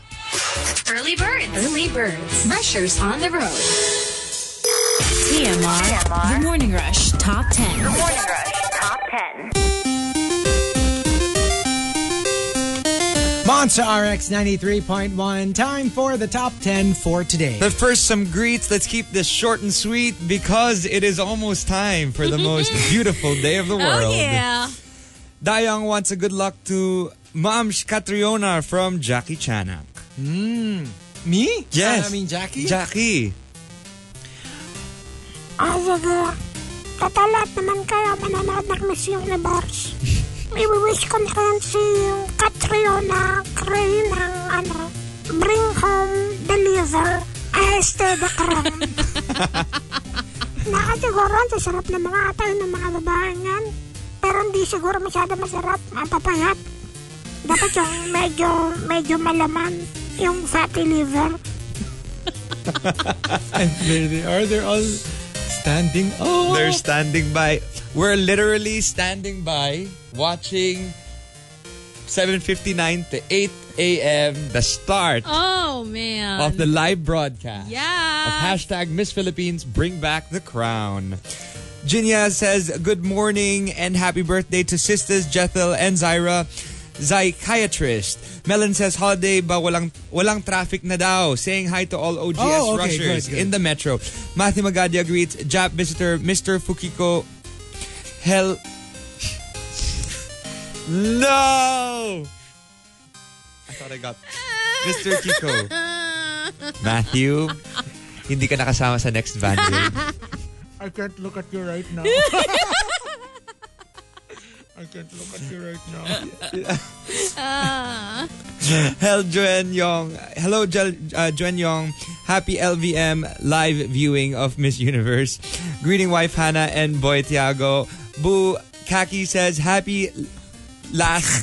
[SPEAKER 8] Early birds. Early birds. Rushers on the road.
[SPEAKER 4] TMR. The Morning Rush Top 10.
[SPEAKER 6] Morning Rush Top 10.
[SPEAKER 1] Monster RX 93.1. Time for the top 10 for today.
[SPEAKER 3] But first, some greets. Let's keep this short and sweet because it is almost time for the most beautiful day of the world.
[SPEAKER 2] Oh yeah.
[SPEAKER 3] Dayang wants a good luck to Mamsh Katriona from Jackie Chana.
[SPEAKER 1] Me?
[SPEAKER 3] Yes.
[SPEAKER 1] Ah, I mean, Jackie?
[SPEAKER 3] Jackie.
[SPEAKER 6] Ah, sige. Tatalat naman kayo mananood ng Miss Universe. Iwi-wish ko na rin si Katriona Cray ng ano, Bring Home Deliver Este the Crown. Nakasiguro ang sasarap ng mga atay ng mga babae niyan. Pero hindi siguro masyado masarap ang papayat. Dapat yung medyo, medyo malaman yung fatty liver.
[SPEAKER 1] There they are. They're all standing up.
[SPEAKER 3] They're standing by. We're literally standing by watching 7.59 to 8 a.m. the start
[SPEAKER 2] Oh man.
[SPEAKER 1] Um,
[SPEAKER 3] of the live broadcast. of
[SPEAKER 2] yeah.
[SPEAKER 3] hashtag Miss Philippines Bring Back the Crown. Jinya says, Good morning and happy birthday to sisters Jethel and Zyra, psychiatrist. Melon says, Holiday ba walang, walang traffic na daw? Saying hi to all OGS
[SPEAKER 1] Oh, okay,
[SPEAKER 3] rushers
[SPEAKER 1] good, good.
[SPEAKER 3] in the metro. Matthew Magadia greets Jap visitor Mr. Fukiko Hell. No! I thought I got Mr. Kiko. Matthew, hindi ka nakasama sa next van. babe.
[SPEAKER 7] I can't look at you right now. I can't look at you right now.
[SPEAKER 3] Hello, Joen Yong. Hello, Jel, uh, Joen Yong. Happy LVM live viewing of Miss Universe. Greeting wife Hannah and boy Tiago. Boo Kaki says, Happy l- last...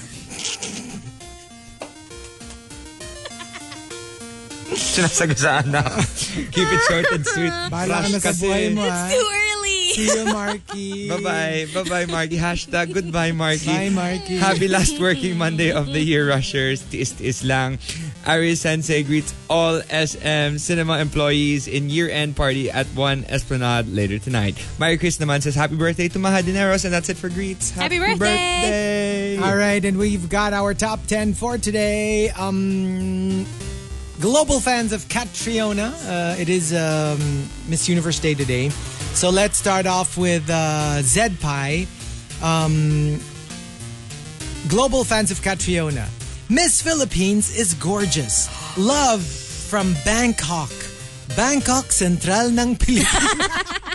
[SPEAKER 3] Sinasagasaan na. ako. Keep it short and sweet.
[SPEAKER 1] Bahala ka na
[SPEAKER 3] Rush
[SPEAKER 1] sa
[SPEAKER 3] kasi.
[SPEAKER 1] buhay mo, ah. ha?
[SPEAKER 2] Too early.
[SPEAKER 1] See you, Marky.
[SPEAKER 3] Bye-bye. Bye-bye, Marky. Hashtag goodbye, Marky.
[SPEAKER 1] Bye, Marky.
[SPEAKER 3] Happy last working Monday of the year, rushers. Tiis tiis lang. Ari Sensei greets all SM cinema employees in year-end party at 1 Esplanade later tonight. Mary Chris naman says, Happy birthday to Maha Dineros. And that's it for greets.
[SPEAKER 2] Happy birthday!
[SPEAKER 3] birthday.
[SPEAKER 1] All right, and we've got our top 10 for today. Um, global fans of Catriona, uh, it is um, Miss Universe Day today. So let's start off with uh, Zed Pie. Um, global fans of Catriona, Miss Philippines is gorgeous. Love from Bangkok. Bangkok Central ng Pilipinas.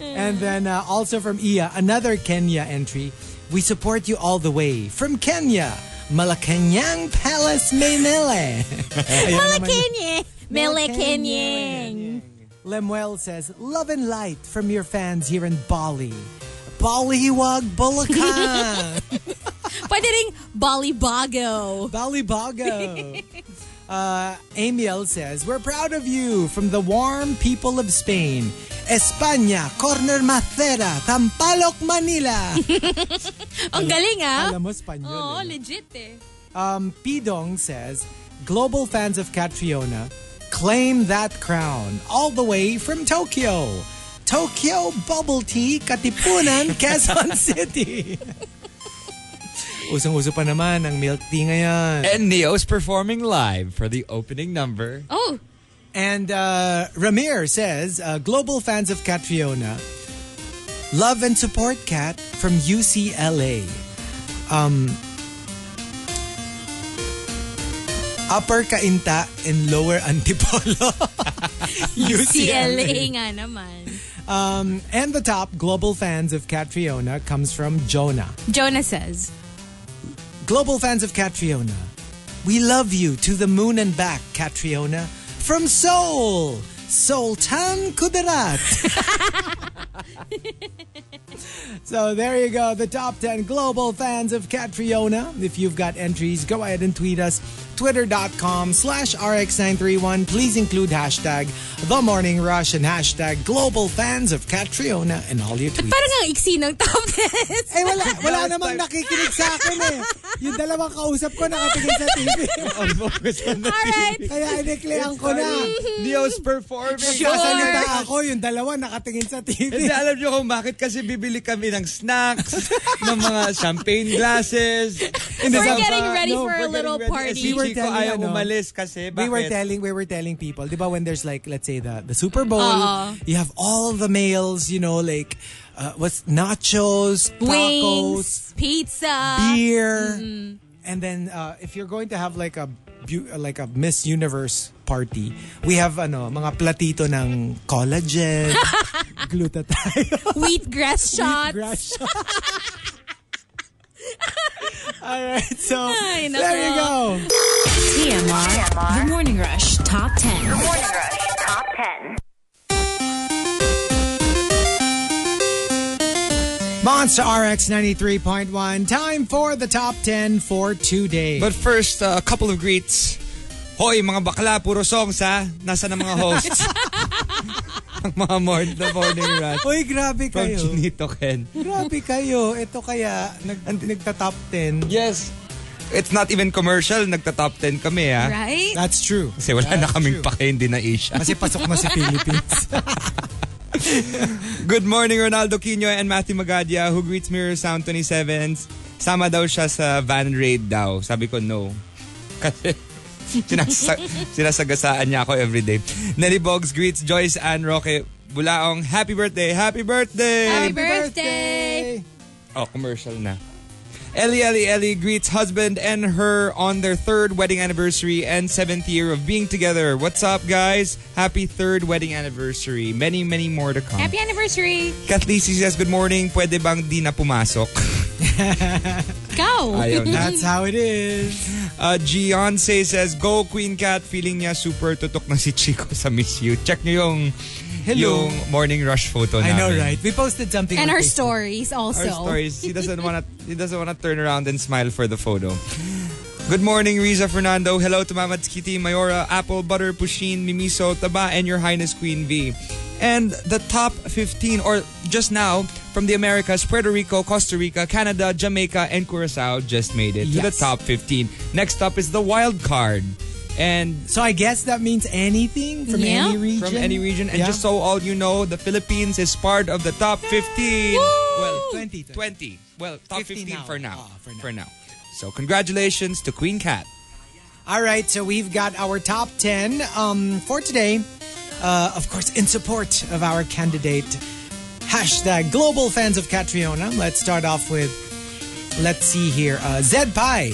[SPEAKER 1] And then uh, also from Ia, another Kenya entry. We support you all the way from Kenya, Malacanang Palace, Maynila.
[SPEAKER 2] Malakenye. Malakenyang.
[SPEAKER 1] Lemuel says, love and light from your fans here in Bali. Baliwag, Bulacan.
[SPEAKER 2] Pwede ring Balibago.
[SPEAKER 1] Balibago. Uh, Amiel says, We're proud of you from the warm people of Spain. España, Corner Macera, Tampalok, Manila.
[SPEAKER 2] Ang galing ah.
[SPEAKER 1] Alam mo, Espanyol.
[SPEAKER 2] Oo,
[SPEAKER 1] eh, no?
[SPEAKER 2] legit eh.
[SPEAKER 1] Um, Pidong says, global fans of Catriona claim that crown all the way from Tokyo. Tokyo Bubble Tea, Katipunan, Quezon City. Usang-uso pa naman ang milk tea ngayon.
[SPEAKER 3] And Neo's performing live for the opening number.
[SPEAKER 2] Oh,
[SPEAKER 1] And uh, Ramir says, uh, global fans of Catriona, love and support Cat from UCLA. Um, upper Cainta and Lower Antipolo.
[SPEAKER 2] CLA nga naman.
[SPEAKER 1] Um, and the top global fans of Catriona comes from Jonah.
[SPEAKER 2] Jonah says,
[SPEAKER 1] Global fans of Catriona, we love you to the moon and back, Catriona. From Seoul, Sultan Kudarat. so there you go, the top 10 global fans of Catriona. If you've got entries, go ahead and tweet us. Twitter.com slash RX931. Please include hashtag The Morning Rush and hashtag Global Fans of Catriona in all your tweets.
[SPEAKER 2] parang ang iksi ng top 10.
[SPEAKER 1] Eh, wala, wala namang nakikinig sa akin eh. Yung dalawang kausap ko nakatingin sa TV.
[SPEAKER 2] Alright.
[SPEAKER 1] Kaya ineklean ko na.
[SPEAKER 3] Neo's performing.
[SPEAKER 1] Nagsasalita ako, yung dalawa nakatingin sa TV.
[SPEAKER 3] Hindi, alam niyo kung bakit kasi bibili kami ng snacks, ng mga champagne glasses.
[SPEAKER 1] Hindi, sa-
[SPEAKER 2] We're getting
[SPEAKER 1] sa-
[SPEAKER 2] ready
[SPEAKER 1] no,
[SPEAKER 2] for
[SPEAKER 1] we're getting
[SPEAKER 2] a little
[SPEAKER 1] ready.
[SPEAKER 2] party.
[SPEAKER 1] We
[SPEAKER 3] Eh,
[SPEAKER 1] were
[SPEAKER 3] Si Chico
[SPEAKER 1] telling,
[SPEAKER 3] ayaw
[SPEAKER 1] ano,
[SPEAKER 3] umalis kasi bakit?
[SPEAKER 1] We were telling we were telling people, 'di ba when there's like let's say the the Super Bowl,
[SPEAKER 2] Oo.
[SPEAKER 1] you have all the males, you know, like uh, what's nachos, tacos,
[SPEAKER 2] Wings, pizza.
[SPEAKER 1] beer,
[SPEAKER 2] Mm-hmm.
[SPEAKER 1] and then uh, if you're going to have like a bu- like a Miss Universe party, we have ano mga platito ng collagen, glutathione,
[SPEAKER 2] Wheatgrass shots.
[SPEAKER 1] grass. All right, so
[SPEAKER 2] Ay, nako.
[SPEAKER 1] there you go.
[SPEAKER 4] TMR, The Morning Rush Top 10.
[SPEAKER 10] Morning Rush Top 10.
[SPEAKER 1] Monster RX 93.1. Time for the top 10 for today.
[SPEAKER 3] But first, uh, a couple of greets. Hoy, mga bakla, puro songs ha. Nasa na mga hosts? Ang mga morning, the morning rush.
[SPEAKER 1] Uy, grabe
[SPEAKER 3] From
[SPEAKER 1] kayo.
[SPEAKER 3] Chinito Ken.
[SPEAKER 1] Grabe kayo. Ito kaya nag, nagta-top 10.
[SPEAKER 3] Yes. It's not even commercial. Nagta-top 10 kami ha.
[SPEAKER 2] Right?
[SPEAKER 1] That's true.
[SPEAKER 3] Kasi wala na kaming
[SPEAKER 1] true.
[SPEAKER 3] pake, hindi na Asia.
[SPEAKER 1] Kasi pasok na si Philippines.
[SPEAKER 3] Good morning, Ronaldo Quino and Matthew Magadia, who greets Mirror Sound 27. Sama daw siya sa van raid daw. Sabi ko, no. Kasi sinasa- sinasagasaan niya ako everyday. Nelly Boggs greets Joyce Ann Roque Bulaong. Happy birthday! Happy birthday!
[SPEAKER 2] Happy birthday!
[SPEAKER 3] Oh, commercial na. Ellie Ellie Ellie greets husband and her on their third wedding anniversary and seventh year of being together. What's up, guys? Happy third wedding anniversary. Many, many more to come.
[SPEAKER 2] Happy anniversary.
[SPEAKER 3] Kathleen says, good morning. Pwede bang di na pumasok?
[SPEAKER 2] Go.
[SPEAKER 3] Ayaw na.
[SPEAKER 1] That's how it is.
[SPEAKER 3] Uh, Gionce says, go Queen Cat. Feeling niya super tutok na si Chico sa Miss You. Check niyo yung,
[SPEAKER 1] Hello.
[SPEAKER 3] yung morning rush photo
[SPEAKER 1] I
[SPEAKER 3] namin.
[SPEAKER 1] know, right? We posted something.
[SPEAKER 2] And
[SPEAKER 1] on
[SPEAKER 2] our
[SPEAKER 1] Facebook.
[SPEAKER 2] stories also.
[SPEAKER 3] Our stories. He doesn't wanna he doesn't wanna turn around and smile for the photo. Good morning, Riza Fernando. Hello to Mama Kitty, Mayora, Apple, Butter, Pushin, Mimiso, Taba, and Your Highness Queen V. And the top 15, or just now, from the Americas, Puerto Rico, Costa Rica, Canada, Jamaica, and Curacao just made it to the
[SPEAKER 1] Yes.
[SPEAKER 3] top 15. Next up is the wild card. And
[SPEAKER 1] So I guess that means anything from
[SPEAKER 2] Yeah.
[SPEAKER 1] any region.
[SPEAKER 3] from any region. And
[SPEAKER 1] Yeah.
[SPEAKER 3] just so all you know, the Philippines is part of the top 15. Well,
[SPEAKER 1] 20,
[SPEAKER 3] 20. 20. Well, top 15,
[SPEAKER 1] 15 now.
[SPEAKER 3] for, now.
[SPEAKER 1] Ah, for now.
[SPEAKER 3] So, congratulations to Queen Cat.
[SPEAKER 1] All right, so we've got our top 10 um, for today. Uh, of course, in support of our candidate, hashtag global fans of Catriona. Let's start off with, let's see here, uh, Zed Pie.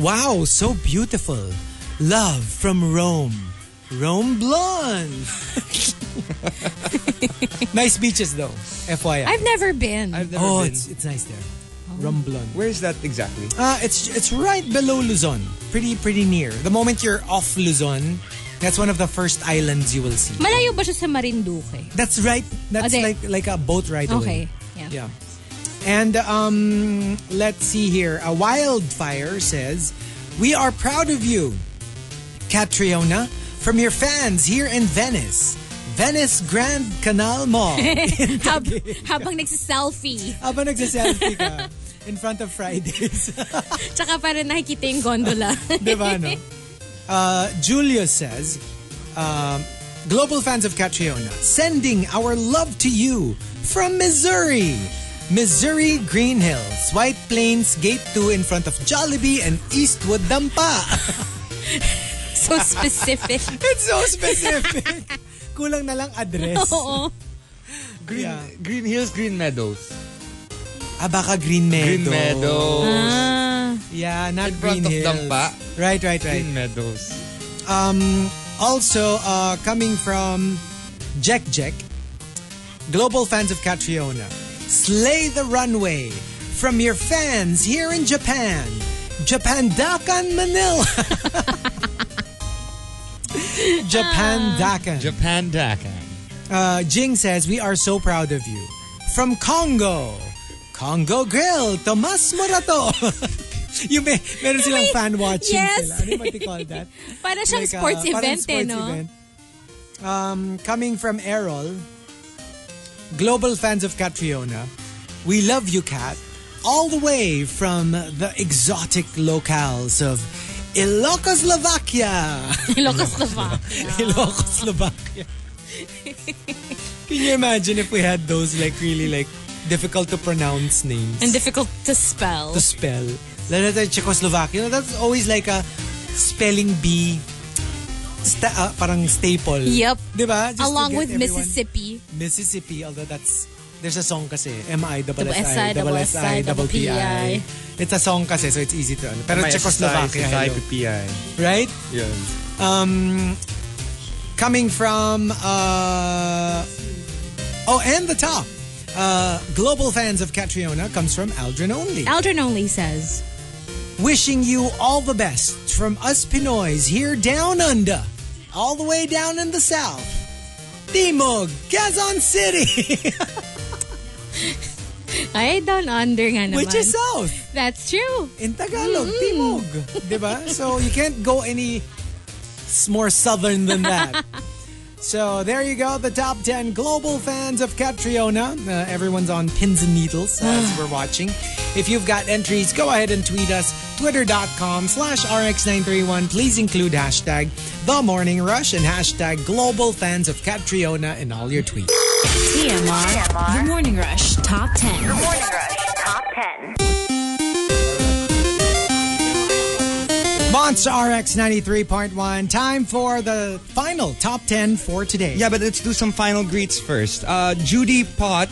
[SPEAKER 1] Wow, so beautiful. Love from Rome. Rome Blonde. nice beaches, though, FYI.
[SPEAKER 2] I've never been.
[SPEAKER 3] I've never
[SPEAKER 1] oh,
[SPEAKER 3] been. Oh.
[SPEAKER 1] it's, it's nice there. Rome Blonde.
[SPEAKER 3] Where is that exactly?
[SPEAKER 1] Uh, it's it's right below Luzon. Pretty pretty near. The moment you're off Luzon, that's one of the first islands you will see.
[SPEAKER 2] Malayo ba siya sa Marinduque?
[SPEAKER 1] That's right. That's
[SPEAKER 2] Ade.
[SPEAKER 1] like like a boat ride
[SPEAKER 2] Okay.
[SPEAKER 1] away.
[SPEAKER 2] Yeah.
[SPEAKER 1] Diba? Yeah. And um, let's see here. A wildfire says, "We are proud of you." Catriona from your fans here in Venice. Venice Grand Canal Mall.
[SPEAKER 2] Hab, habang nagsiselfie.
[SPEAKER 1] Habang nagsiselfie ka. In front of Fridays.
[SPEAKER 2] Tsaka parang nakikita yung gondola.
[SPEAKER 1] diba, no? Uh, Julius says, um, global fans of Catriona, sending our love to you from Missouri. Missouri Green Hills, White Plains, Gate 2 in front of Jollibee and Eastwood Dampa.
[SPEAKER 2] so specific.
[SPEAKER 1] it's so specific. Kulang na lang address.
[SPEAKER 2] Oo.
[SPEAKER 3] Green, Green Hills, Green Meadows.
[SPEAKER 1] Ah, baka Green Meadows. Ah.
[SPEAKER 3] Green Meadows.
[SPEAKER 1] Yeah, not
[SPEAKER 3] In
[SPEAKER 1] Green
[SPEAKER 3] front of
[SPEAKER 1] Hills.
[SPEAKER 3] Dampa.
[SPEAKER 1] Right, right, right.
[SPEAKER 3] Green Meadows.
[SPEAKER 1] Um, also, uh, coming from Jack Jack, global fans of Catriona, slay the runway from your fans here in Japan, Japan Dakan Manila. Japan Dakan.
[SPEAKER 3] Japan Dakan.
[SPEAKER 1] Uh, Jing says, We are so proud of you. From Congo, Congo Grill, Tomas Morato. yung may, meron silang fan watching
[SPEAKER 2] yes.
[SPEAKER 1] sila. Ano ba they call that?
[SPEAKER 2] Parang siyang
[SPEAKER 1] Like, uh,
[SPEAKER 2] sports
[SPEAKER 1] parang
[SPEAKER 2] event eh,
[SPEAKER 1] sports
[SPEAKER 2] no?
[SPEAKER 1] event. Um, coming from Errol, global fans of Catriona, we love you, Cat, all the way from the exotic locales of Ilocoslovakia.
[SPEAKER 2] Ilocoslovakia.
[SPEAKER 1] Ilocoslovakia. Can you imagine if we had those like really like difficult to pronounce names?
[SPEAKER 2] And difficult to spell.
[SPEAKER 1] to spell. Lalo tayo Czechoslovakia. You know, that's always like a spelling bee sta- ah, parang staple.
[SPEAKER 2] Yep.
[SPEAKER 1] Di ba? Just to
[SPEAKER 2] Along
[SPEAKER 1] get
[SPEAKER 2] with
[SPEAKER 1] everyone-
[SPEAKER 2] Mississippi.
[SPEAKER 1] Mississippi, although that's, there's a song kasi. M-I, double
[SPEAKER 2] Double
[SPEAKER 1] S-I, double S-I, double P-I. It's a song kasi, so it's easy to ano. Pero Czechoslovakia, hello.
[SPEAKER 3] IPPI.
[SPEAKER 1] Right?
[SPEAKER 3] Yeah.
[SPEAKER 1] Um, coming from uh, oh, and the top. Uh, global fans of Catriona comes from Aldrin only.
[SPEAKER 2] Aldrin only says,
[SPEAKER 1] Wishing you all the best from us Pinoys here down under, all the way down in the south. Timog, Quezon City,
[SPEAKER 2] ay, down under nga naman.
[SPEAKER 1] which is south
[SPEAKER 2] That's true.
[SPEAKER 1] in Tagalog. Timog, diba? So you can't go any s- more southern than that. So there you go, the top 10 global fans of Catriona. Uh, everyone's on pins and needles as we're watching. If you've got entries, go ahead and tweet us, twitter.com slash rx931. Please include hashtag the morning rush and hashtag global fans of Catriona in all your tweets.
[SPEAKER 4] TMR. The Morning Rush Top 10.
[SPEAKER 10] Morning Rush Top 10.
[SPEAKER 1] Monster RX 93.1, time for the final top 10 for today.
[SPEAKER 3] Yeah, but let's do some final greets first. Uh, Judy Pot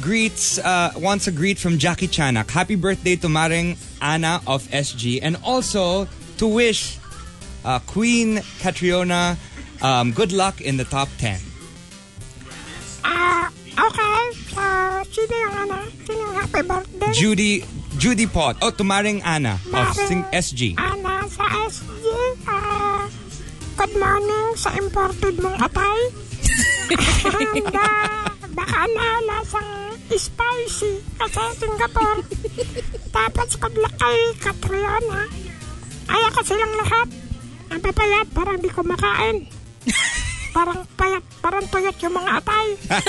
[SPEAKER 3] greets uh, wants a greet from Jackie Chanak. Happy birthday to Maring Anna of SG, and also to wish uh, Queen Catriona um, good luck in the top ten.
[SPEAKER 6] Ah, okay. So, sino yung ano? Sino yung happy birthday?
[SPEAKER 3] Judy Judy Pot. Oh, to Maring Anna of Sing SG.
[SPEAKER 6] Ana sa SG. Ah, good morning sa imported mong atay. And ah, baka naala sa spicy kasi Singapore. Tapos good luck kay Catriona. Ayaw ko silang lahat. Ang papayat, parang di ko makain. parang payat, parang payat yung mga atay.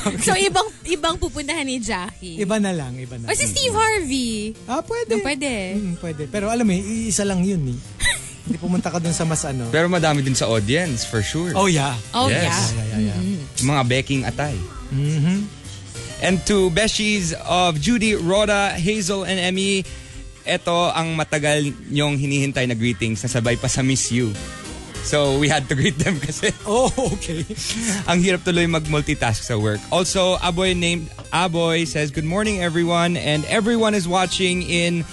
[SPEAKER 2] So, ibang ibang pupuntahan ni Jackie.
[SPEAKER 1] Iba na lang, iba na.
[SPEAKER 2] O si Steve Harvey.
[SPEAKER 1] Ah, pwede.
[SPEAKER 2] No, pwede.
[SPEAKER 1] Mm, pwede. Pero alam mo, i- isa lang yun eh. Hindi pumunta ka dun sa mas ano.
[SPEAKER 3] Pero madami din sa audience for sure.
[SPEAKER 1] Oh yeah.
[SPEAKER 2] Oh,
[SPEAKER 3] Yes.
[SPEAKER 2] yeah.
[SPEAKER 1] Yeah, yeah, yeah.
[SPEAKER 3] mga beking atay. Mm-hmm. And to Beshies of Judy, Rhoda, Hazel, and Emmy, ito ang matagal niyong hinihintay na greetings na sabay pa sa Miss You. So we had to greet them kasi
[SPEAKER 1] Oh, okay.
[SPEAKER 3] ang hirap tuloy mag-multitask sa work. Also, Aboy named Aboy says, Good morning everyone and everyone is watching in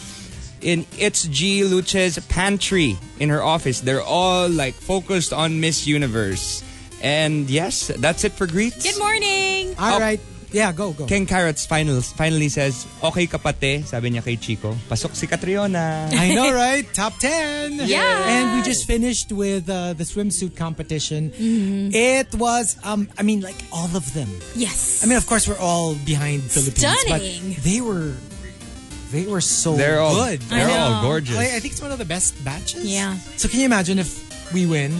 [SPEAKER 3] in It's G Luche's pantry in her office. They're all like focused on Miss Universe. And yes, that's it for greets.
[SPEAKER 2] Good morning.
[SPEAKER 1] All
[SPEAKER 3] Oh.
[SPEAKER 1] right. Yeah, go, go.
[SPEAKER 3] Ken Carrots finals, finally says, Okay kapate, sabi niya kay Chico, pasok si Catriona.
[SPEAKER 1] I know, right? Top 10.
[SPEAKER 2] Yes.
[SPEAKER 1] And we just finished with uh, the swimsuit competition. It was, um, I mean, like all of them.
[SPEAKER 2] Yes.
[SPEAKER 1] I mean, of course, we're all behind Philippines.
[SPEAKER 2] Stunning.
[SPEAKER 1] But they were They were so
[SPEAKER 3] They're all-
[SPEAKER 1] good.
[SPEAKER 3] they're I all know. gorgeous.
[SPEAKER 1] I, I think it's one of the best batches.
[SPEAKER 2] Yeah.
[SPEAKER 1] So can you imagine if we win?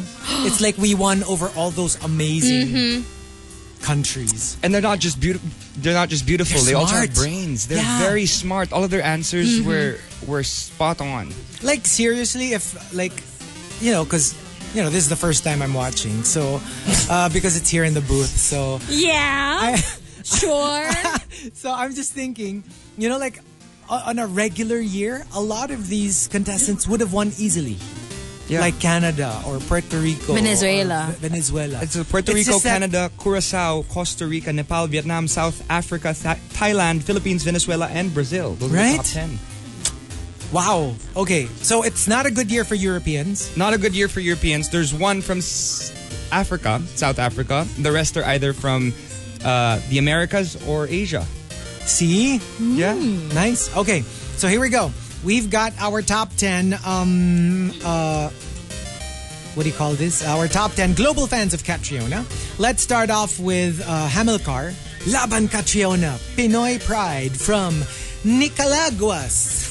[SPEAKER 1] it's like we won over all those amazing
[SPEAKER 2] Mhm.
[SPEAKER 1] countries.
[SPEAKER 3] And they're not just beautiful. They're not just beautiful.
[SPEAKER 1] They're
[SPEAKER 3] they also
[SPEAKER 1] smart.
[SPEAKER 3] have brains. They're
[SPEAKER 1] Yeah.
[SPEAKER 3] very smart. All of their answers
[SPEAKER 1] Mhm.
[SPEAKER 3] were were spot on.
[SPEAKER 1] Like seriously, if like you know, because you know this is the first time I'm watching, so uh, because it's here in the booth, so
[SPEAKER 2] Yeah. sure.
[SPEAKER 1] so I'm just thinking, you know, like o- on a regular year, a lot of these contestants would have won easily. Like Canada or Puerto Rico.
[SPEAKER 2] Venezuela.
[SPEAKER 1] or Ve- Venezuela.
[SPEAKER 3] It's Puerto
[SPEAKER 1] It's
[SPEAKER 3] Rico,
[SPEAKER 1] just that-
[SPEAKER 3] Canada, Curacao, Costa Rica, Nepal, Vietnam, South Africa, Tha- Thailand, Philippines, Venezuela, and Brazil. Those are the
[SPEAKER 1] Right?
[SPEAKER 3] top ten.
[SPEAKER 1] Wow. Okay. So it's not a good year for Europeans.
[SPEAKER 3] Not a good year for Europeans. There's one from S- Africa, South Africa. The rest are either from uh, the Americas or Asia.
[SPEAKER 1] See?
[SPEAKER 3] Yeah.
[SPEAKER 1] Nice. Okay. So here we go. We've got our top 10 um uh what do you call this? Our top 10 global fans of Catriona. Let's start off with uh, Hamilcar. Laban Catriona, Pinoy Pride from Nicalaguas.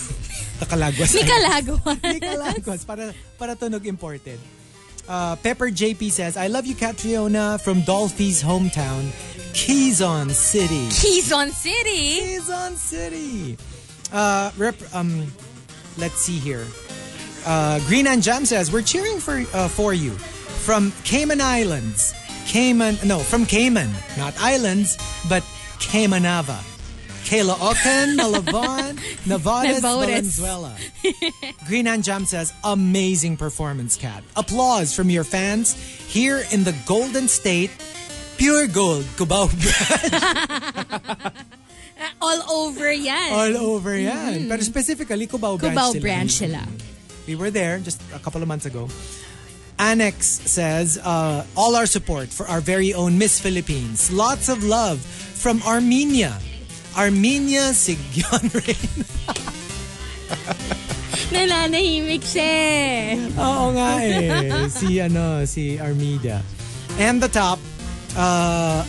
[SPEAKER 1] Nicalaguas.
[SPEAKER 2] Nicalaguas.
[SPEAKER 1] Nicalaguas. Para, para tunog imported. Uh, Pepper JP says, I love you, Catriona, from Dolphy's hometown, Quezon City.
[SPEAKER 2] Quezon City.
[SPEAKER 1] Quezon City. Uh, rep, um, let's see here. Uh, Green and Jam says we're cheering for uh, for you from Cayman Islands. Cayman, no, from Cayman, not islands, but Caymanava. Kayla Oken, Malabon, Navodas,
[SPEAKER 2] Navotas.
[SPEAKER 1] Valenzuela. Green and Jam says, amazing performance, Kat. Applause from your fans here in the Golden State. Pure gold, Cubao
[SPEAKER 2] All over yan.
[SPEAKER 1] All over yan. Pero specifically, Cubao Mm-hmm. branch
[SPEAKER 2] Cubao
[SPEAKER 1] sila. Mm-hmm.
[SPEAKER 2] branch sila.
[SPEAKER 1] We were there just a couple of months ago. Annex says, uh, all our support for our very own Miss Philippines. Lots of love from Armenia. Armenia Sigyon Reign.
[SPEAKER 2] Nananahimik siya.
[SPEAKER 1] Oo nga eh. Si, ano, si Armida. And the top, uh,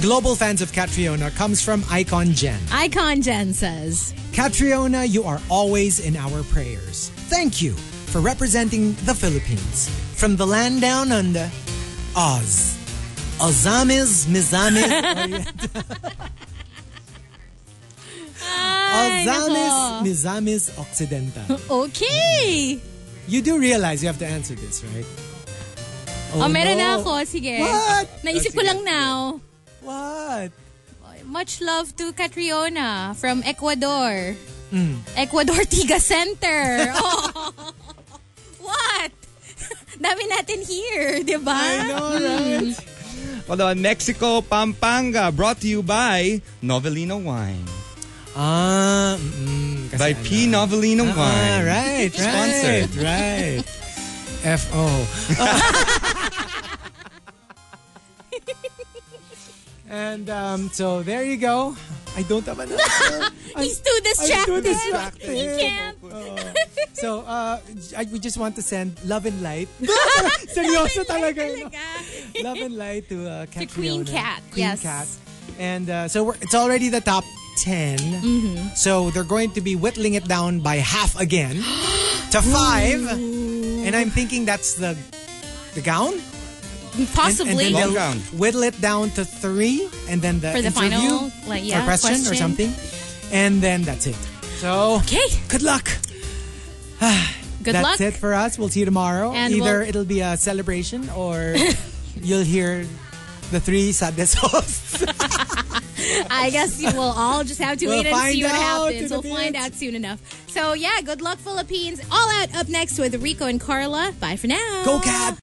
[SPEAKER 1] global fans of Catriona comes from Icon Jen.
[SPEAKER 2] Icon Jen says,
[SPEAKER 1] Catriona, you are always in our prayers. Thank you for representing the Philippines from the land down under, Oz. Ozamis Mizamis Oriental.
[SPEAKER 2] Ay,
[SPEAKER 1] Ozamis
[SPEAKER 2] nako.
[SPEAKER 1] Mizamis Occidental.
[SPEAKER 2] Okay.
[SPEAKER 1] You do realize you have to answer this, right?
[SPEAKER 2] Oh, meron na
[SPEAKER 1] no.
[SPEAKER 2] ako. Sige.
[SPEAKER 1] What? Oh,
[SPEAKER 2] Naisip ko lang now.
[SPEAKER 1] What?
[SPEAKER 2] Much love to Catriona from Ecuador.
[SPEAKER 1] Mm.
[SPEAKER 2] Ecuador Tiga Center. Oh. What? Dami natin here, di ba?
[SPEAKER 1] I know, right?
[SPEAKER 3] Hold on, Mexico, Pampanga, brought to you by Novelino Wine.
[SPEAKER 1] Ah, mm, kasi
[SPEAKER 3] by
[SPEAKER 1] ano.
[SPEAKER 3] P. Novelino Wine.
[SPEAKER 1] Ah, right, right.
[SPEAKER 3] Sponsored.
[SPEAKER 1] Right. F.O. and um, so there you go. I don't have an answer.
[SPEAKER 2] He's too
[SPEAKER 1] I'm too
[SPEAKER 2] distracted.
[SPEAKER 1] distracted. Oh.
[SPEAKER 2] He can't.
[SPEAKER 1] so uh, I, we just want to send love and light. Seryoso talaga. no? Love and light to, uh, Cat Fiona.
[SPEAKER 2] Queen Cat,
[SPEAKER 1] Queen
[SPEAKER 2] yes.
[SPEAKER 1] Cat. And uh, so we're, it's already the top 10.
[SPEAKER 2] Mm-hmm.
[SPEAKER 1] So they're going to be whittling it down by half again to five. And I'm thinking that's the the gown. And-
[SPEAKER 2] Possibly.
[SPEAKER 1] And, then they'll
[SPEAKER 3] Long gown.
[SPEAKER 1] whittle it down to three, and then the
[SPEAKER 2] For the
[SPEAKER 1] interview
[SPEAKER 2] final, like, yeah,
[SPEAKER 1] or question, or
[SPEAKER 2] question.
[SPEAKER 1] something, and then that's it. So
[SPEAKER 2] okay.
[SPEAKER 1] good luck.
[SPEAKER 2] Good
[SPEAKER 1] that's
[SPEAKER 2] luck.
[SPEAKER 1] it for us. We'll see you tomorrow.
[SPEAKER 2] And
[SPEAKER 1] Either
[SPEAKER 2] we'll-
[SPEAKER 1] it'll be a celebration or you'll hear the three saddest hosts.
[SPEAKER 2] I guess you will all just have to
[SPEAKER 1] We'll
[SPEAKER 2] wait and
[SPEAKER 1] find
[SPEAKER 2] see what
[SPEAKER 1] out in
[SPEAKER 2] happens.
[SPEAKER 1] a
[SPEAKER 2] We'll find
[SPEAKER 1] bit.
[SPEAKER 2] out soon enough. So yeah, good luck, Philippines. All out up next with Rico and Carla. Bye for now.
[SPEAKER 1] Go Cat!